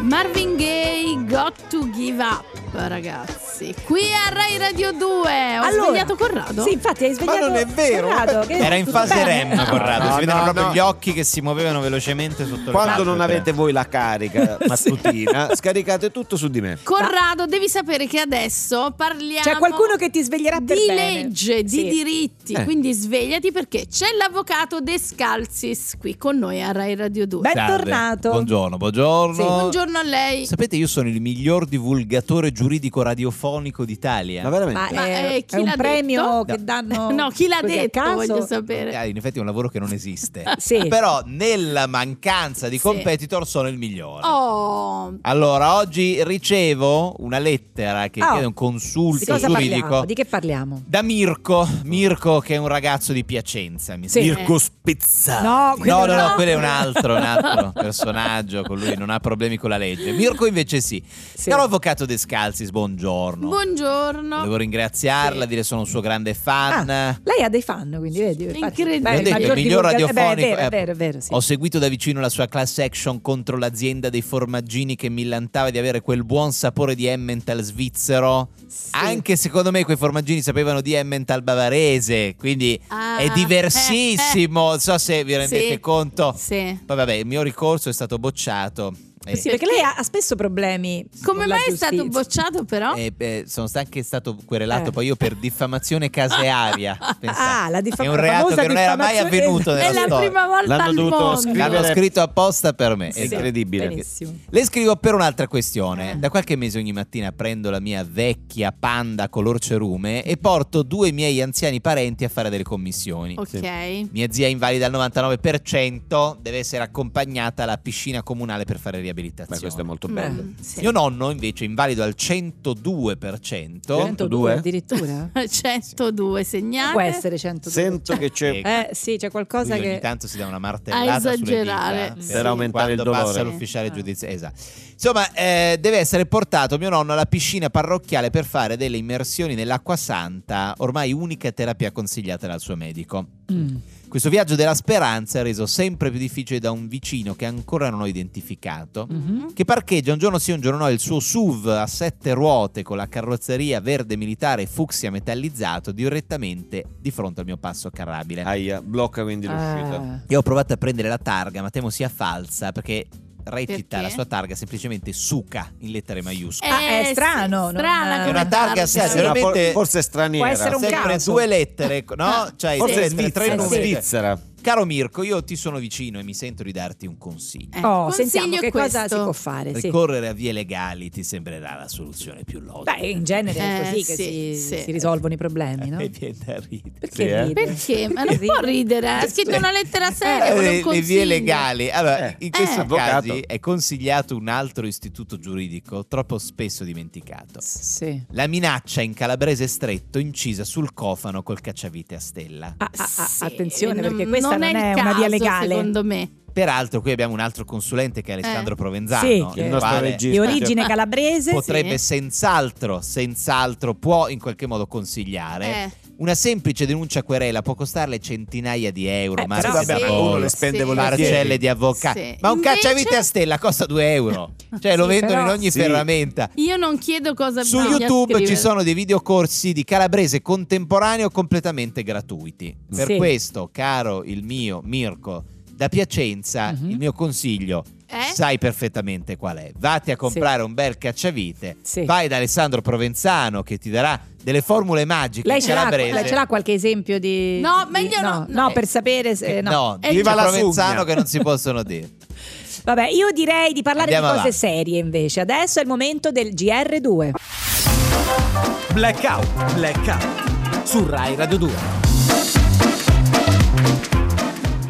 D: Marvin Gaye, Got to Give Up, ragazzi. Qui a Rai Radio 2. Ho svegliato Corrado?
C: Sì, infatti hai svegliato
E: non è vero,
C: Corrado,
E: vabbè.
D: Eh,
C: che
B: Era in
C: tutto
B: fase
C: bene.
B: REM, Corrado.
E: No,
B: si vedono
E: no,
B: proprio
E: no.
B: gli occhi che si muovevano velocemente sotto
E: Quando
B: le
E: non avete voi la carica mattutina, scaricate tutto su di me.
D: Corrado, devi sapere che adesso parliamo
C: C'è qualcuno che ti sveglierà per
D: di
C: bene.
D: legge, di
C: Sì.
D: diritti.
E: Eh.
D: Quindi svegliati perché c'è l'avvocato De Scalzis qui con noi a Rai Radio 2.
C: Beh, Bentornato.
B: Buongiorno, buongiorno.
C: Sì,
D: Buongiorno a lei.
B: Sapete, io sono il miglior divulgatore giuridico radiofonico d'Italia.
E: Ma veramente?
C: Ma,
D: Ma,
C: è,
D: eh, chi
C: è un
D: l'ha
C: premio
B: detto?
C: che danno
D: No, chi l'ha
C: così a
D: detto?
C: caso?
D: Voglio sapere.
B: Ah, in effetti è un lavoro che non esiste.
C: Sì.
B: Però nella mancanza di
D: Sì.
B: competitor sono il migliore.
D: Oh,
B: Allora, oggi ricevo una lettera che
C: Oh.
B: chiede un
C: Di
B: consulto
C: cosa
B: giuridico
C: parliamo? Di che parliamo?
B: da Mirko. Mirko che è un ragazzo di Piacenza, mi
C: Sì.
E: Mirko Spezzato.
C: No,
B: No,
C: quello
B: no, no,
D: no.
B: quello è un altro, un altro personaggio, con lui non ha problemi con la legge. Mirko invece sì.
C: Sì.
B: Caro avvocato De Scalzis, buongiorno.
D: buongiorno.
B: Devo ringraziarla,
D: Sì.
B: dire sono un suo grande fan.
C: Lei ha dei fan, quindi vedi. infatti-
D: Incredibile.
C: Ah. Beh,
B: L'ho detto,
C: maggior
B: il miglior
C: divulga- eh, beh,
B: radiofonico.
C: è vero, è
B: eh,
C: vero, è vero, sì.
B: Ho seguito da vicino la sua class action contro l'azienda dei formaggini che mi millantava di avere quel buon sapore di Emmental svizzero.
C: Sì.
B: Anche secondo me quei formaggini sapevano di Emmental bavarese, quindi
D: Ah,
B: è diversissimo. Non so se vi rendete
D: Sì.
B: conto.
D: Sì.
B: Poi vabbè, il mio ricorso è stato bocciato. Eh,
C: Sì, perché lei ha, ha spesso problemi.
D: Come
C: con la
D: mai è stato
C: giustizia.
D: bocciato però?
B: eh, beh, sono sta- anche stato querelato
C: Eh.
B: poi io per diffamazione casearia. Pensate.
C: Ah, la
B: è
C: diffam-
B: un
C: la
B: reato
C: famosa
B: che non era mai
C: diffamazione-
B: avvenuto nella
D: È la
B: storia.
D: prima volta
E: L'hanno
D: al
E: dovuto
D: mondo.
E: scrivere-
B: L'hanno scritto apposta per me.
E: È
B: È
C: Sì.
E: incredibile.
C: Benissimo.
B: Le scrivo per un'altra questione.
D: Eh.
B: Da qualche mese ogni mattina prendo la mia vecchia panda color cerume e porto due miei anziani parenti a fare delle commissioni.
D: Ok.
B: Mia zia è invalida al 99%, deve essere accompagnata alla piscina comunale per fare riabilitazione.
E: Beh, questo è molto
D: Mm,
E: bello.
D: sì.
B: Mio nonno invece invalido al 102%.
C: 102
E: 102?
C: addirittura?
D: 102 segnali.
C: Può essere 102.
E: Sento che c'è.
C: Eh sì, c'è qualcosa
B: Lui
C: che...
B: ogni tanto si dà una
D: A
B: martellata sulle
D: esagerare,
B: dita
D: sì.
B: per
E: aumentare il
B: quando passa
E: dolore.
B: l'ufficiale
D: Ah.
B: giudiziario. Esatto. Insomma, eh, deve essere portato mio nonno alla piscina parrocchiale per fare delle immersioni nell'acqua santa, ormai unica terapia consigliata dal suo medico.
C: Mm.
B: Questo viaggio della speranza è reso sempre più difficile da un vicino che ancora non ho identificato,
D: Mm.
C: Mhm.
B: che parcheggia un giorno sì, un giorno no il suo SUV a sette ruote con la carrozzeria verde militare fucsia metallizzato direttamente di fronte al mio passo carrabile.
E: Aia, blocca quindi l'uscita.
C: Ah.
B: Io ho provato a prendere la targa, ma temo sia falsa perché recita
D: Perché?
B: la sua targa semplicemente suca in lettere maiuscole.
C: Ah, è strano, non-
D: Eh, strana
C: È
D: come
B: una targa
D: targa.
B: sia-
E: Sì,
B: veramente-
E: ma for- forse è straniera.
D: Eh,
C: Può essere un
E: Sì,
B: Sempre
C: caso.
B: due lettere,
D: Ah.
B: no? Cioè,
E: Forse
B: due
E: è
B: lettere, tre
E: svizzera.
C: sì.
B: numeri.
E: Svizzera.
B: Caro Mirko, io ti sono vicino e mi sento di darti un consiglio.
D: Eh,
C: Oh,
D: consiglio
C: sentiamo
D: è
C: che cosa si
D: questo.
C: può fare. sì.
B: Ricorrere a vie legali ti sembrerà la soluzione più logica.
C: Beh, in genere è
D: Eh,
C: così
D: sì,
C: che si,
D: sì.
C: si risolvono i
D: eh,
C: problemi, no?
B: E viene da ridere.
C: Perché
E: Sì, eh.
C: ride?
D: Perché? Ma non può ridere. Ha scritto una lettera seria. vuole un
B: Eh, le vie
D: consiglio.
B: legali. Allora,
E: Eh.
B: in questi
D: Eh.
B: casi
E: Avvocato.
B: è consigliato un altro istituto giuridico troppo spesso dimenticato.
C: Sì.
B: La minaccia in calabrese stretto incisa sul cofano col cacciavite a stella.
C: Ah, ah, ah,
D: Sì,
C: attenzione, perché
D: non-
C: questa non,
D: non
C: è,
D: il
C: una
D: caso,
C: via legale.
D: Secondo me.
B: Peraltro qui abbiamo un altro consulente che è Alessandro
D: Eh.
B: Provenzano,
C: Sì,
B: il
C: che-
E: Il nostro
B: quale
E: regista.
C: Di origine calabrese.
B: potrebbe
D: sì.
B: senz'altro, senz'altro può in qualche modo consigliare.
D: Eh,
B: Una semplice denuncia querela può costarle centinaia di euro,
C: Eh,
B: ma
C: però-
B: anche
E: Vabbè,
B: di
E: ma
D: Sì.
E: uno le
B: lavoro,
E: spende
D: Sì.
E: volentieri.
B: parcelle di avvocati.
D: Sì.
B: Ma un
D: Invece-
B: cacciavite a stella costa 2 euro. Cioè lo
C: Sì,
B: vendono in
C: però-
B: ogni
E: Sì.
B: ferramenta.
D: Io non chiedo cosa
B: Su
D: bisogna
B: YouTube ci
D: scrivere.
B: sono dei videocorsi di calabrese contemporaneo completamente gratuiti. Per
C: Sì.
B: questo, caro il mio Mirko da Piacenza,
C: Mhm.
B: il mio consiglio,
D: Eh?
B: sai perfettamente qual è. Vatti a comprare un bel cacciavite,
C: Sì.
B: vai da Alessandro Provenzano che ti darà delle formule magiche
C: Lei
B: in
C: ce l'ha,
B: calabrese.
C: lei ce l'ha qualche esempio di...
D: No,
C: di-
D: meglio no,
C: No,
D: no.
C: per sapere se...
B: Eh,
C: no.
B: no, dice
D: Eh, già.
E: Viva la
B: Provenzano
E: sugna.
B: che non si possono dire.
C: Vabbè, io direi di parlare
B: Andiamo
C: di cose
B: avanti.
C: serie invece. Adesso è il momento del GR2.
A: Blackout, blackout su Rai Radio 2.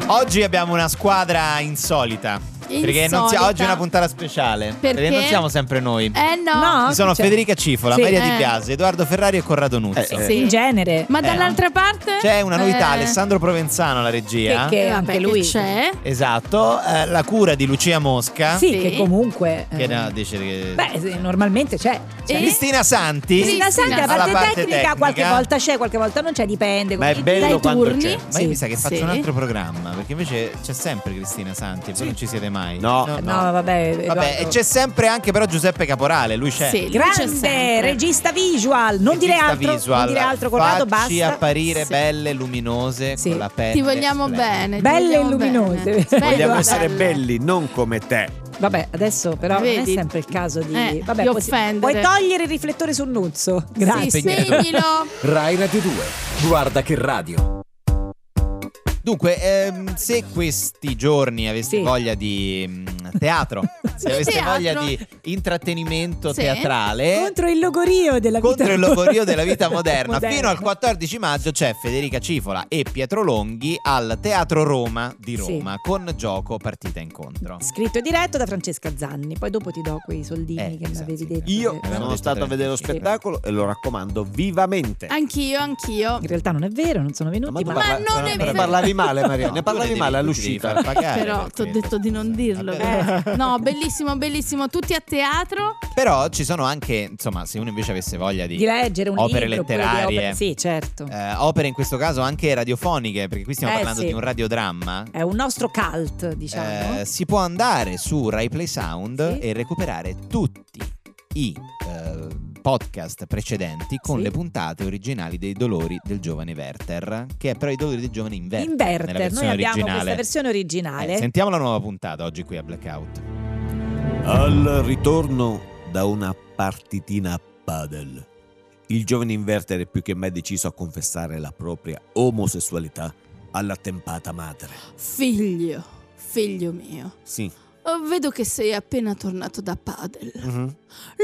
B: Oggi abbiamo una squadra insolita. Perché non sia-
D: Insolita.
B: oggi è una puntata speciale.
D: Perché?
B: non siamo sempre noi.
D: Eh no.
C: No.
B: Ci sono
C: Cioè-
B: Federica Cifola,
C: Sì.
B: Maria Di
D: Eh.
B: Biase, Edoardo Ferrari e Corrado Nuzzo.
E: Eh, eh.
D: Sì. Cioè,
C: In genere.
D: Ma
B: Eh.
D: dall'altra parte
B: C'è una novità,
D: Eh,
B: Alessandro Provenzano alla regia.
C: Che- che-
D: eh,
C: anche
D: vabbè,
C: lui.
D: che c'è.
B: Esatto, eh, la cura di Lucia Mosca.
C: Sì,
D: Sì.
C: che comunque.
B: Che
C: eh,
B: no, dice che...
C: Beh, sì, normalmente c'è. Cioè,
D: E-
B: Cristina Santi.
C: Cristina Santi, la
D: alla
C: parte,
B: parte
C: tecnica,
B: tecnica.
C: qualche volta c'è, qualche volta non c'è, dipende.
E: Ma è
C: come-
E: bello
D: dai
E: quando
D: turni.
E: c'è.
B: Ma
C: Sì.
B: io mi sa che faccio
D: Sì.
B: un altro programma, perché invece c'è sempre Cristina Santi, voi non ci siete mai.
E: No.
C: Eh, No, vabbè.
B: Vabbè,
C: Edoardo.
B: e c'è sempre anche però Giuseppe Caporale, lui c'è.
D: Sì, lui c'è
C: Grande
D: sempre.
C: regista visual, non dire
B: Regista
C: altro,
B: visual,
C: non dire altro Corrado,
B: facci
C: basta.
B: apparire
D: Sì.
B: belle, luminose,
C: Sì.
B: con la pelle.
D: Ti vogliamo
B: splendida.
D: bene. ti
C: Belle e
D: vogliamo
C: luminose.
D: bene.
C: Vogliamo
E: Vogliamo
D: Belle,
E: essere
D: belle.
E: belli, non come te.
C: Vabbè, adesso però non è
D: Vedi?
C: sempre il caso di
D: Eh,
C: vabbè,
D: di
C: così-
D: offendere.
C: Puoi togliere il riflettore sul nuzzo. Grazie.
D: Sì, spegnilo.
A: Rai Radio 2. Guarda che radio.
B: Dunque, ehm, se questi giorni aveste
C: Sì.
B: voglia di mm, teatro, se aveste
D: Teatro.
B: voglia di intrattenimento
D: Sì.
B: teatrale,
C: Contro il logorio della vita
B: contro il logorio della vita moderna.
C: Moderna.
B: Fino al 14 maggio c'è Federica Cifola e Pietro Longhi al Teatro Roma di
C: Sì.
B: Roma con gioco partita incontro.
C: Scritto e diretto da Francesca Zanni. Poi dopo ti do quei soldini
B: Eh,
C: che mi
B: esatto,
C: avevi
B: sì.
C: detto.
E: Io
C: che-
B: Avevamo
E: sono
B: detto
E: stato a
B: tre.
E: vedere lo
B: Sì.
E: spettacolo e lo raccomando vivamente.
D: Anch'io, anch'io.
C: In realtà non è vero, non sono venuti,
E: Ma tu
C: ma,
E: parla-
D: Ma non è
E: ne
D: vero.
E: parlavi male, Maria, ne
B: tu
E: parlavi
B: devi-
E: male
B: tu
E: all'uscita.
B: devi far pagare
D: Però
B: per
D: ti ho
B: quello.
D: detto di non dirlo.
C: eh.
B: Vabbè.
D: però. No, bellissimo, bellissimo. Tutti a teatro.
B: Però ci sono anche, insomma, se uno invece avesse voglia di,
C: di leggere un
B: opere
C: libro oppure di
B: letterarie.
C: opere- Sì, certo.
B: eh, opere in questo caso anche radiofoniche, perché qui stiamo
C: Eh,
B: parlando
C: sì.
B: di un radiodramma.
C: È un nostro cult, diciamo.
B: Eh, si può andare su RaiPlay Sound
C: Sì.
B: e recuperare tutti i eh, podcast precedenti con
C: Sì.
B: le puntate originali dei Dolori del giovane Werther, che è però i Dolori del giovane Inverter. nella
C: Inverter, noi
B: versione
C: abbiamo questa
B: originale.
C: versione originale.
B: Eh, sentiamo la nuova puntata oggi qui a Blackout.
E: Al ritorno da una partitina a padel, il giovane inverter è più che mai deciso a confessare la propria omosessualità alla tempata madre.
D: Figlio, figlio mio.
E: Sì.
D: oh, Vedo che sei appena tornato da Padel.
E: Mhm.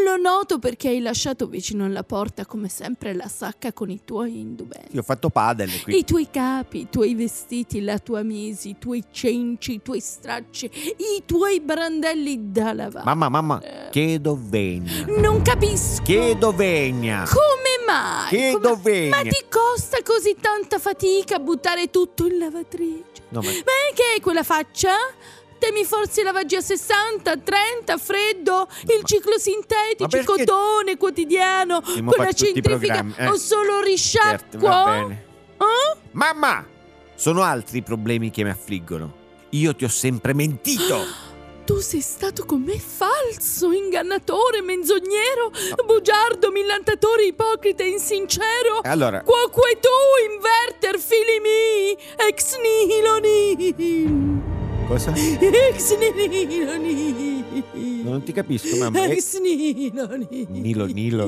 D: Lo noto perché hai lasciato vicino alla porta come sempre la sacca con i tuoi indumenti.
E: Io ho fatto padel qui.
D: I tuoi capi, i tuoi vestiti, la tua misi, i tuoi cenci, i tuoi stracci, i tuoi brandelli da lavare.
E: Mamma, mamma, chiedo vegna.
D: Non capisco.
E: Chiedo vegna.
D: Come mai?
E: Che
D: Come-
E: dovegna?
D: Ma ti costa così tanta fatica buttare tutto in lavatrice?
E: No, ma-
D: Ma che è quella faccia? Temi forse la magia 60, 30, freddo, il
E: ma-
D: ciclo
E: ma
D: sintetico,
E: perché-
D: il cotone quotidiano,
E: Dobbiamo
D: con la
E: fare tutti i
D: centrifuga
E: programmi, eh.
D: o solo
E: Certo, va
D: risciacquo?
E: bene.
D: Eh?
E: Mamma, sono altri i problemi che mi affliggono. Io ti ho sempre mentito.
D: Tu sei stato con me falso, ingannatore, menzognero, bugiardo, millantatore, ipocrita, insincero.
E: Allora,
D: Quoque tu, inverter, fili mi, ex nihilo nihil.
E: cosa?
D: Ex nihilo nihil.
E: Non ti capisco, mamma. Eh,
D: Ex nihilo nihil.
E: Nilo, Nilo.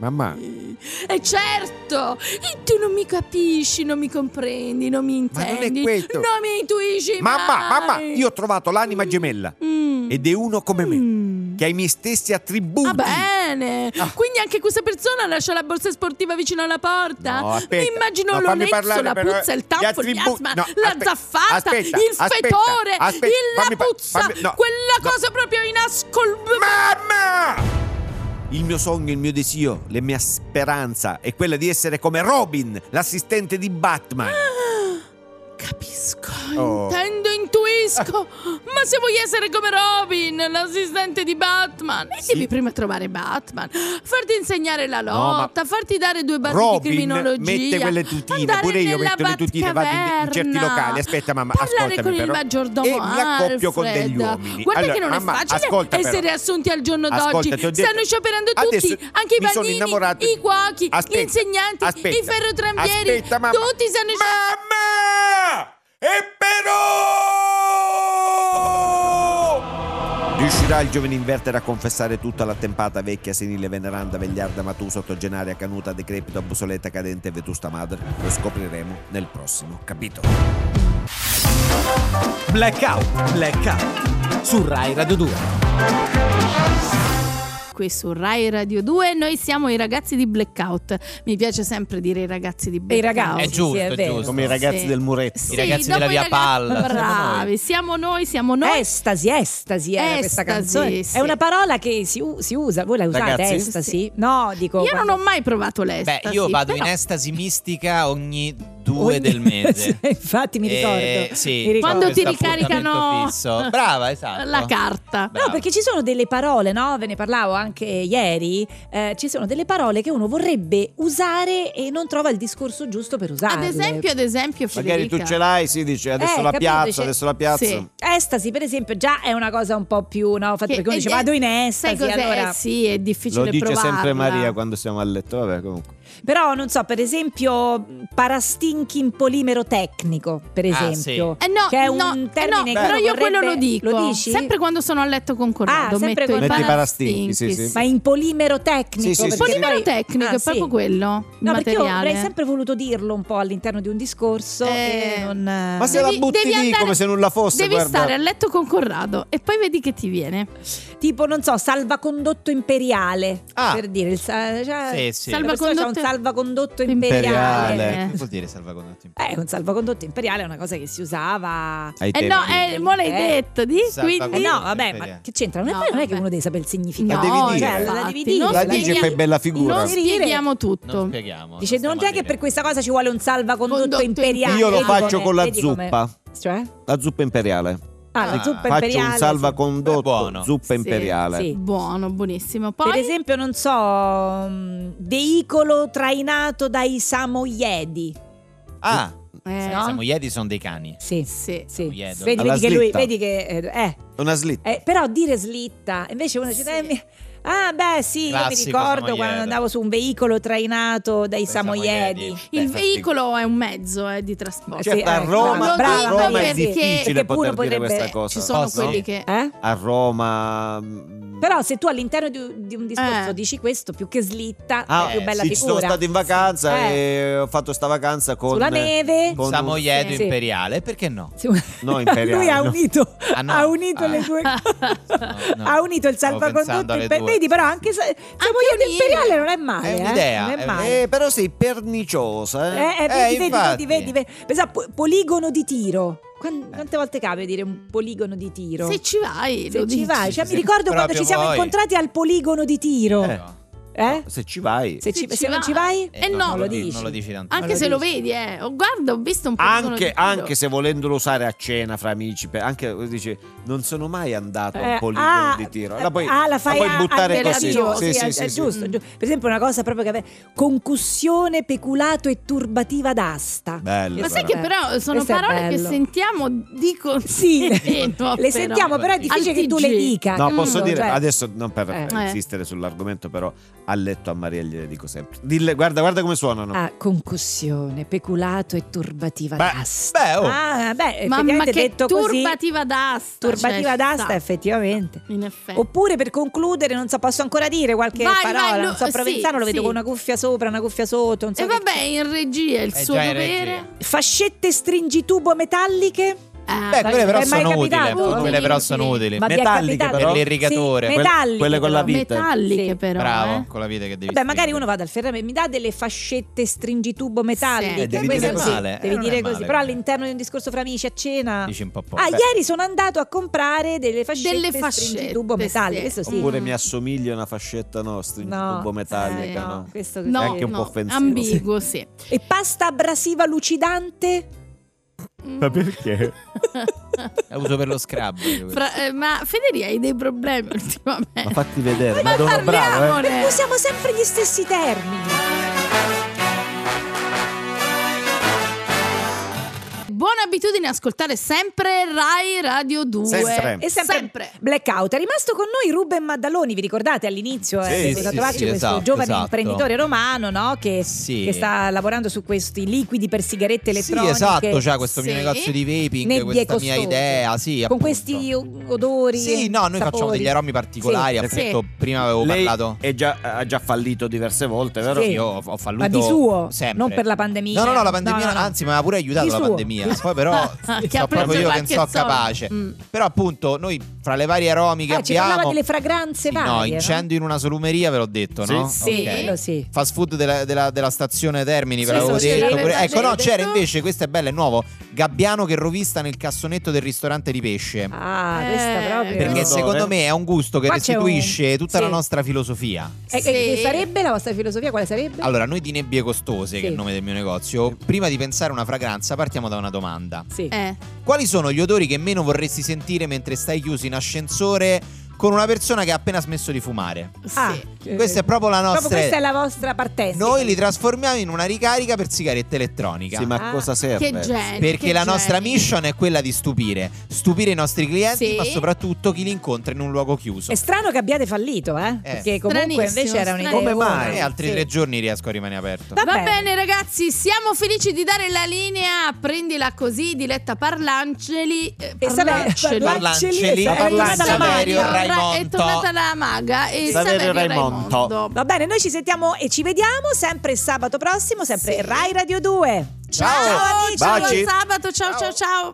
E: Mamma.
D: E Eh, certo, e tu non mi capisci, non mi comprendi, non mi
E: Ma non è
D: intendi.
E: questo.
D: non mi intuisci
E: Mamma,
D: mai.
E: mamma, io ho trovato l'anima gemella.
D: Mm.
E: Ed è uno come me,
D: Mm.
E: che ha i miei stessi attributi.
D: Va bene,
E: Ah.
D: quindi anche questa persona lascia la borsa sportiva vicino alla porta?
E: No, aspetta.
D: Mi immino
E: No, fammi
D: l'orezzo,
E: parlare
D: la
E: però,
D: puzza, il
E: gli
D: tanfo,
E: attributi-
D: il miasma,
E: no,
D: la
E: aspetta,
D: zaffata,
E: aspetta,
D: il
E: aspetta,
D: fetore,
E: aspetta,
D: il-
E: fammi
D: la
E: par-
D: puzza,
E: fammi- no,
D: quella
E: no.
D: cosa proprio inascolbabile.
E: Mamma! Il mio sogno, il mio desio, la mia speranza è quella di essere come Robin, l'assistente di Batman.
D: Capisco,
E: Oh.
D: intendo, intuisco. Ma se vuoi essere come Robin, l'assistente di Batman, e
E: Sì.
D: devi prima trovare Batman, farti insegnare la
E: No, ma-
D: lotta, farti dare due basi di
E: Robin
D: criminologia.
E: mette quelle tutine,
D: andare
E: pure io
D: nella
E: metto le tutine, vado in, in certi
D: Batcaverna,
E: locali. Aspetta, mamma,
D: parlare
E: ascoltami
D: con
E: però.
D: il maggiordomo
E: e mi accoppio con degli
D: Alfred.
E: uomini.
D: Guarda
E: Allora,
D: che non
E: mamma,
D: è facile
E: ascolta però.
D: essere assunti al giorno d'oggi.
E: Ascolta, ti ho detto-
D: Stanno scioperando
E: Adesso
D: tutti, anche i
E: mi sono
D: bagnini,
E: innamorato.
D: i cuochi,
E: Aspetta,
D: gli insegnanti,
E: aspetta,
D: i ferrotramvieri.
E: aspetta, mamma.
D: Tutti stanno
E: Mamma! E però! Riuscirà il giovane inverter a confessare tutta la tempata vecchia, senile, veneranda, vegliarda, matusa, ottogenaria, canuta, decrepita, obsoleta, cadente e vetusta madre? Lo scopriremo nel prossimo capitolo.
A: Blackout. Blackout. Su Rai Radio 2.
D: qui su Rai Radio 2. Noi siamo i ragazzi di Blackout. Mi piace sempre dire i ragazzi di
C: E i
D: Blackout.
C: ragazzi,
B: È giusto,
C: sì,
B: è
C: vero.
B: giusto.
E: Come i ragazzi
D: Sì.
E: del muretto.
D: Sì,
B: ragazzi
D: dopo
B: della Via
D: raga-
B: Palla, siamo
D: Bravi,
B: noi.
D: siamo noi, siamo noi.
C: Estasi, estasi era questa
D: Estasi,
C: canzone.
D: sì.
C: È una parola che si, u- si usa, voi la usate,
E: Ragazzi?
C: estasi?
D: Sì.
C: No, dico...
D: Io non
C: quando-
D: ho mai provato
B: Beh,
D: l'estasi.
B: io vado
D: però
B: in estasi mistica ogni due
C: Ogni-
B: del mese.
C: Sì, infatti mi ricordo.
B: Eh, sì,
C: Mi ricordo.
D: Quando ti
B: questo
D: ricaricano
B: appuntamento fisso. Brava, esatto.
D: la carta.
B: Brava.
C: No, perché ci sono delle parole, no? Ve ne parlavo anche ieri. eh, ci sono delle parole che uno vorrebbe usare e non trova il discorso giusto per usarle.
D: Ad esempio, ad esempio,
E: Magari
D: Federica.
E: tu ce l'hai, si dice adesso
C: Eh,
E: la
C: capito,
E: piazza,
C: dice-
E: adesso la piazza.
D: Sì.
C: Estasi, per esempio, già è una cosa un po' più, no? Fatto
D: Che-
C: perché uno
D: eh,
C: dice
D: eh,
C: vado in
D: Sai
C: estasi,
D: cos'è?
C: allora.
D: Eh Sì, è difficile
E: Lo dice
D: provarla.
E: sempre Maria quando siamo a letto. Vabbè, comunque.
C: Però non so, per esempio, parastinchi in polimero tecnico, per
B: Ah,
C: esempio.
D: Eh no,
C: che è un
D: no, eh
C: termine
D: no,
C: che
D: però io
C: vorrebbe-
D: quello lo dico.
C: Lo dici?
D: Sempre quando sono a letto con Corrado,
C: Ah, sempre
D: metto
C: con-
D: i
C: Metti i
E: parastinchi, sì, sì.
C: Ma in polimero tecnico?
E: Sì, sì, sì.
C: perché
D: Polimero
C: poi-
D: tecnico,
C: Ah,
D: è proprio
C: sì.
D: quello. il
C: No, perché io
D: materiale.
C: avrei sempre voluto dirlo un po' all'interno di un discorso
D: Eh,
C: e non... Ma
E: Ma se
D: Devi-
E: la butti
D: devi
E: lì
D: andare-
E: come se nulla fosse,
D: Devi
E: guarda.
D: stare a letto con Corrado e poi vedi che ti viene.
C: Tipo, non so, salvacondotto imperiale,
B: Ah.
C: per dire. Il, sa- cioè,
B: Sì, sì.
C: la persona c'ha un salvacondotto imperiale.
E: Imperiale.
D: Eh.
B: Che vuol dire salvacondotto in
C: Eh, un salvacondotto imperiale è una cosa che si usava...
E: Ai
D: Eh
E: tempi.
D: no, eh, mo l'hai
C: Eh.
D: detto, di?
B: Salvacondotto.
C: Eh
D: Quindi
C: no, vabbè, ma
B: imperiale.
C: che c'entra? Non è,
D: No,
C: non è che
D: vabbè.
C: uno deve sapere il
D: No,
C: significato.
E: La devi dire.
C: Cioè, la
D: infatti,
C: devi dire.
D: non
E: La
D: spieghi-
E: dici e fai bella figura.
D: Non spieghiamo tutto.
B: Non spieghiamo.
C: Ecco. Dice, non c'è che per questa cosa ci vuole un salvacondotto
D: Condotto
C: imperiale.
E: Io lo
C: Vedi
E: faccio
C: come-
E: con la
C: vedi come-
E: zuppa.
C: Cioè?
E: La zuppa imperiale.
C: Ah, la
B: Ah.
C: zuppa
E: Faccio
C: imperiale.
E: un
C: sì.
E: salvacondotto
B: Buono.
E: zuppa
D: Sì,
E: imperiale.
C: sì.
D: Buono, buonissimo. Poi
C: Per esempio, non so, mh, veicolo trainato dai samoiedi.
B: Ah,
D: eh,
B: i samoiedi sono dei cani.
C: Sì.
D: Sì.
C: Sì.
B: Samoiedo.
C: Vedi,
E: Alla
C: vedi che lui,
E: slitta.
C: vedi che... Eh,
E: Una slitta.
C: eh, però dire slitta, invece uno dice...
D: Sì.
C: eh, mi- Ah beh sì, io mi
B: Classico
C: ricordo
B: samoiedo.
C: quando andavo su un veicolo trainato dai
B: Dai
C: samoiedi.
B: samoiedi.
D: Il
E: Beh,
D: veicolo è un mezzo eh, di trasporto.
C: Sì,
E: Certo, a
C: eh,
E: Roma,
D: brava,
E: a
D: brava,
E: Roma
D: perché-
E: è difficile
C: perché
E: poter
C: pure
E: dire
C: potrebbe-
E: questa cosa.
D: Ci sono
B: Posso?
D: quelli che...
C: Eh?
E: A Roma. mh,
C: Però se tu all'interno di, di un discorso
D: Eh.
C: dici questo, più che slitta,
E: Ah,
C: è più bella
E: sì, ci sono
C: figura.
E: stato in vacanza
C: Eh.
E: e ho fatto sta vacanza con
C: Sulla neve.
E: con-
B: Samoiedo
C: Sì.
B: imperiale, perché no?
C: Sì.
E: No, imperiale,
C: Lui ha
E: no.
C: unito,
B: Ah, no.
C: ha unito
B: Ah.
C: le due
B: no.
C: ha unito il
B: Stavo
C: salvacondotto.
B: pensando alle
C: imper-
B: due.
C: Vedi, però anche se voglio
D: unire.
C: imperiale non è male,
B: È
C: eh.
B: un'idea,
C: non è
B: è
C: male.
E: Eh, però sei perniciosa, eh.
C: Eh, eh, vedi, vedi, vedi,
B: infatti. Eh.
C: vedi, vedi. Pensavo, po- poligono di tiro. Quan- Quante volte capita dire un poligono di tiro?
D: Se ci vai,
C: Se
D: lo
C: ci
D: dici.
C: vai, cioè,
B: sì,
C: mi ricordo quando
B: proprio
C: ci siamo
B: voi.
C: incontrati al poligono di tiro.
E: Eh.
C: eh?
E: Se ci vai.
C: Se,
D: Se
C: ci-
D: ci
C: se non
D: vai.
C: ci vai,
D: Eh, no,
B: non
C: lo
B: lo dici.
C: dici.
B: Non lo dici tanto.
D: Anche se lo vedi, eh. Oh, guarda, ho visto un po'
E: Anche, anche se volendolo usare a cena fra amici, per- anche dice non sono mai andato a
C: Eh,
E: un poligono
C: ah,
E: di tiro. La puoi,
C: ah, la
E: la
C: fai
E: puoi
C: a-
E: buttare
C: a
E: così.
C: tentativo,
E: Sì,
C: sì,
E: sì,
C: è-
E: sì,
C: è
E: sì.
C: giusto, giu- Per esempio, una cosa proprio che ave- concussione, peculato e turbativa d'asta.
E: Bello.
D: Ma sai
E: però.
D: che però sono
C: Questo è
D: parole che
C: bello.
D: sentiamo di
C: Sì,
D: continuo.
C: le sentiamo, però è difficile
D: Al
C: che tu
D: TG.
C: le dica.
E: No,
D: Mm,
E: posso
C: capito?
E: dire,
C: Cioè,
E: adesso non per
C: Eh.
E: per insistere sull'argomento, però a letto a Maria gliele dico sempre. Dille, guarda, guarda come suonano.
C: Ah, concussione, peculato e turbativa
B: Beh,
C: d'asta.
B: beh, oh.
C: Ah, beh,
D: Mamma
C: effettivamente
D: che
C: detto così,
D: turbativa d'asta.
C: turbativa
D: cioè,
C: d'asta,
D: sta.
C: effettivamente.
D: In effetti.
C: Oppure per concludere, non so, posso ancora dire qualche
D: Vai,
C: parola?
D: vai, lo-
C: non so,
D: sì,
C: Provenzano lo vedo
D: sì.
C: con una cuffia sopra, una cuffia sotto. Non so
D: e
C: che-
D: vabbè, in regia è il
B: È
D: suo
B: già in
D: dovere.
B: regia.
C: Fascette stringitubo metalliche?
D: Ah,
B: Beh, quelle però
C: è mai
B: sono utili.
C: capitato?
B: eh, Quelle però
D: Utili.
B: sono utili.
C: Ma vi è
E: Metalliche,
C: capitato?
B: però. Per l'irrigatore.
C: Sì,
E: Quelle-
C: metalliche
E: quelle con la
C: però.
E: vite.
D: metalliche
C: Sì.
D: però.
B: Bravo,
D: eh.
B: con la vita che devi
C: Vabbè, magari uno
B: stringere.
C: va dal ferramenta mi dà delle fascette stringitubo metalliche. Cioè,
D: Eh, devi
C: Questo
D: dire
C: sì,
B: male, eh,
C: devi
B: non è
C: dire
B: male,
C: così. Però
B: quindi.
C: all'interno di un discorso fra amici a cena.
B: Dici un po' poco.
C: Ah,
B: Beh,
C: ieri sono andato a comprare delle fascette,
D: Delle fascette,
C: stringitubo
D: sì.
C: metalliche. Questo sì.
E: Oppure
D: Mm.
E: mi assomiglia a una fascetta nostra in
C: No,
E: tubo metallica,
C: sì,
E: no?
C: no, questo
D: No,
E: È anche un
D: no,
E: po' offensivo.
D: ambiguo, sì.
C: E pasta abrasiva lucidante?
E: Ma perché?
B: La uso per lo scrub. io quella.
D: Fra- eh, ma Federica hai dei problemi ultimamente.
E: Ma fatti vedere,
D: Ma
E: Madonna, bravo, eh.
D: parliamone.
C: Usiamo sempre gli stessi termini.
D: Buona abitudine ascoltare sempre Rai Radio 2.
E: Sempre.
C: E sempre, blackout. È rimasto con noi Ruben Maddaloni, vi ricordate all'inizio
B: Sì,
C: eh, è venuto a
B: sì,
C: trovarci
B: sì,
C: questo
B: esatto,
C: giovane
B: esatto.
C: imprenditore romano no? che,
B: Sì.
C: che sta lavorando su questi liquidi per
B: Sì,
C: sigarette elettroniche.
B: esatto, c'ha questo mio
D: Sì.
B: negozio di vaping,
C: Nebbie
B: questa mia
C: costose.
B: idea, sì,
C: Con
B: appunto.
C: questi o- odori.
B: Sì, no, noi facciamo
C: sapori.
B: degli aromi particolari,
D: Sì.
B: appunto,
D: Sì.
B: prima avevo
E: Lei
B: parlato.
E: è già, ha già fallito diverse volte, vero?
C: Sì.
B: Io ho ho fallito
C: Ma Ah, di suo,
B: sempre.
C: non per la pandemia.
B: No, no, no, la pandemia,
C: No, no, no.
B: anzi, mi aveva pure aiutato
C: Di
B: la
C: suo.
B: pandemia. Poi però
D: Che
B: so
D: ha preso
B: proprio io che non
D: qualche
B: so
D: soldo.
B: capace.
D: Mm.
B: Però appunto noi fra le varie aromi che
C: Ah, ci parlava
B: abbiamo
C: delle fragranze
B: Sì,
C: varie.
B: no, incendio in una salumeria ve l'ho detto, no?
D: Sì. Sì.
B: Ok.
C: Quello sì.
B: Fast food della, della- della stazione Termini, ve
D: Sì,
B: l'avevo
D: sì, sì,
B: detto.
D: l'aveva
B: pure- Ecco, no,
D: detto.
B: c'era invece, questo è bello, è nuovo. Gabbiano che rovista nel cassonetto del ristorante di pesce.
C: Ah,
D: Eh,
C: questa proprio.
B: perché
E: no.
B: secondo me è un gusto che
C: Qua c'è un-
B: restituisce tutta la
C: sì.
B: nostra filosofia.
C: E, e- e sarebbe la vostra filosofia? Quale sarebbe?
B: Allora, noi di nebbie costose, che è il
C: Sì.
B: nome del mio negozio, prima di pensare a una fragranza, partiamo da una domanda.
C: sì.
D: Eh,
B: Quali sono gli odori che meno vorresti sentire mentre stai chiuso in ascensore con una persona che ha appena smesso di fumare?
D: sì.
C: Ah, eh,
B: Questa è proprio la nostra.
C: proprio questa è la vostra partenza.
B: Noi li trasformiamo in una ricarica per sigaretta elettronica.
E: Sì, ma
C: Ah,
E: cosa serve?
D: Che genio.
B: Perché
D: Eh, che
B: la nostra
D: genio.
B: mission è quella di stupire, stupire i nostri clienti,
D: Sì.
B: ma soprattutto chi li incontra in un luogo chiuso.
C: È strano che abbiate fallito, eh? Perché comunque
D: Stranissimo,
C: invece era un'idea.
D: stranissimo.
E: Come mai?
B: E Eh, altri
C: Sì.
B: tre giorni riesco a rimanere aperto.
C: Va
D: Va
C: bene.
D: bene ragazzi, siamo felici di dare la linea, prendila così, diletta parlangeli, eh,
C: E Saverio-
D: parlangeli.
C: Parla-
B: Parlanceli,
C: È tornata la
B: Saverio
C: maga.
D: Ra- è
B: Raimondo.
D: tornata la maga e Saverio,
E: Saverio
D: Raimondo.
E: Raimondo.
C: Va bene, noi ci sentiamo e ci vediamo sempre sabato prossimo, sempre
D: Sì.
C: Rai Radio 2.
B: Ciao.
D: Ciao amici,
E: Baci.
D: buon sabato, ciao ciao ciao.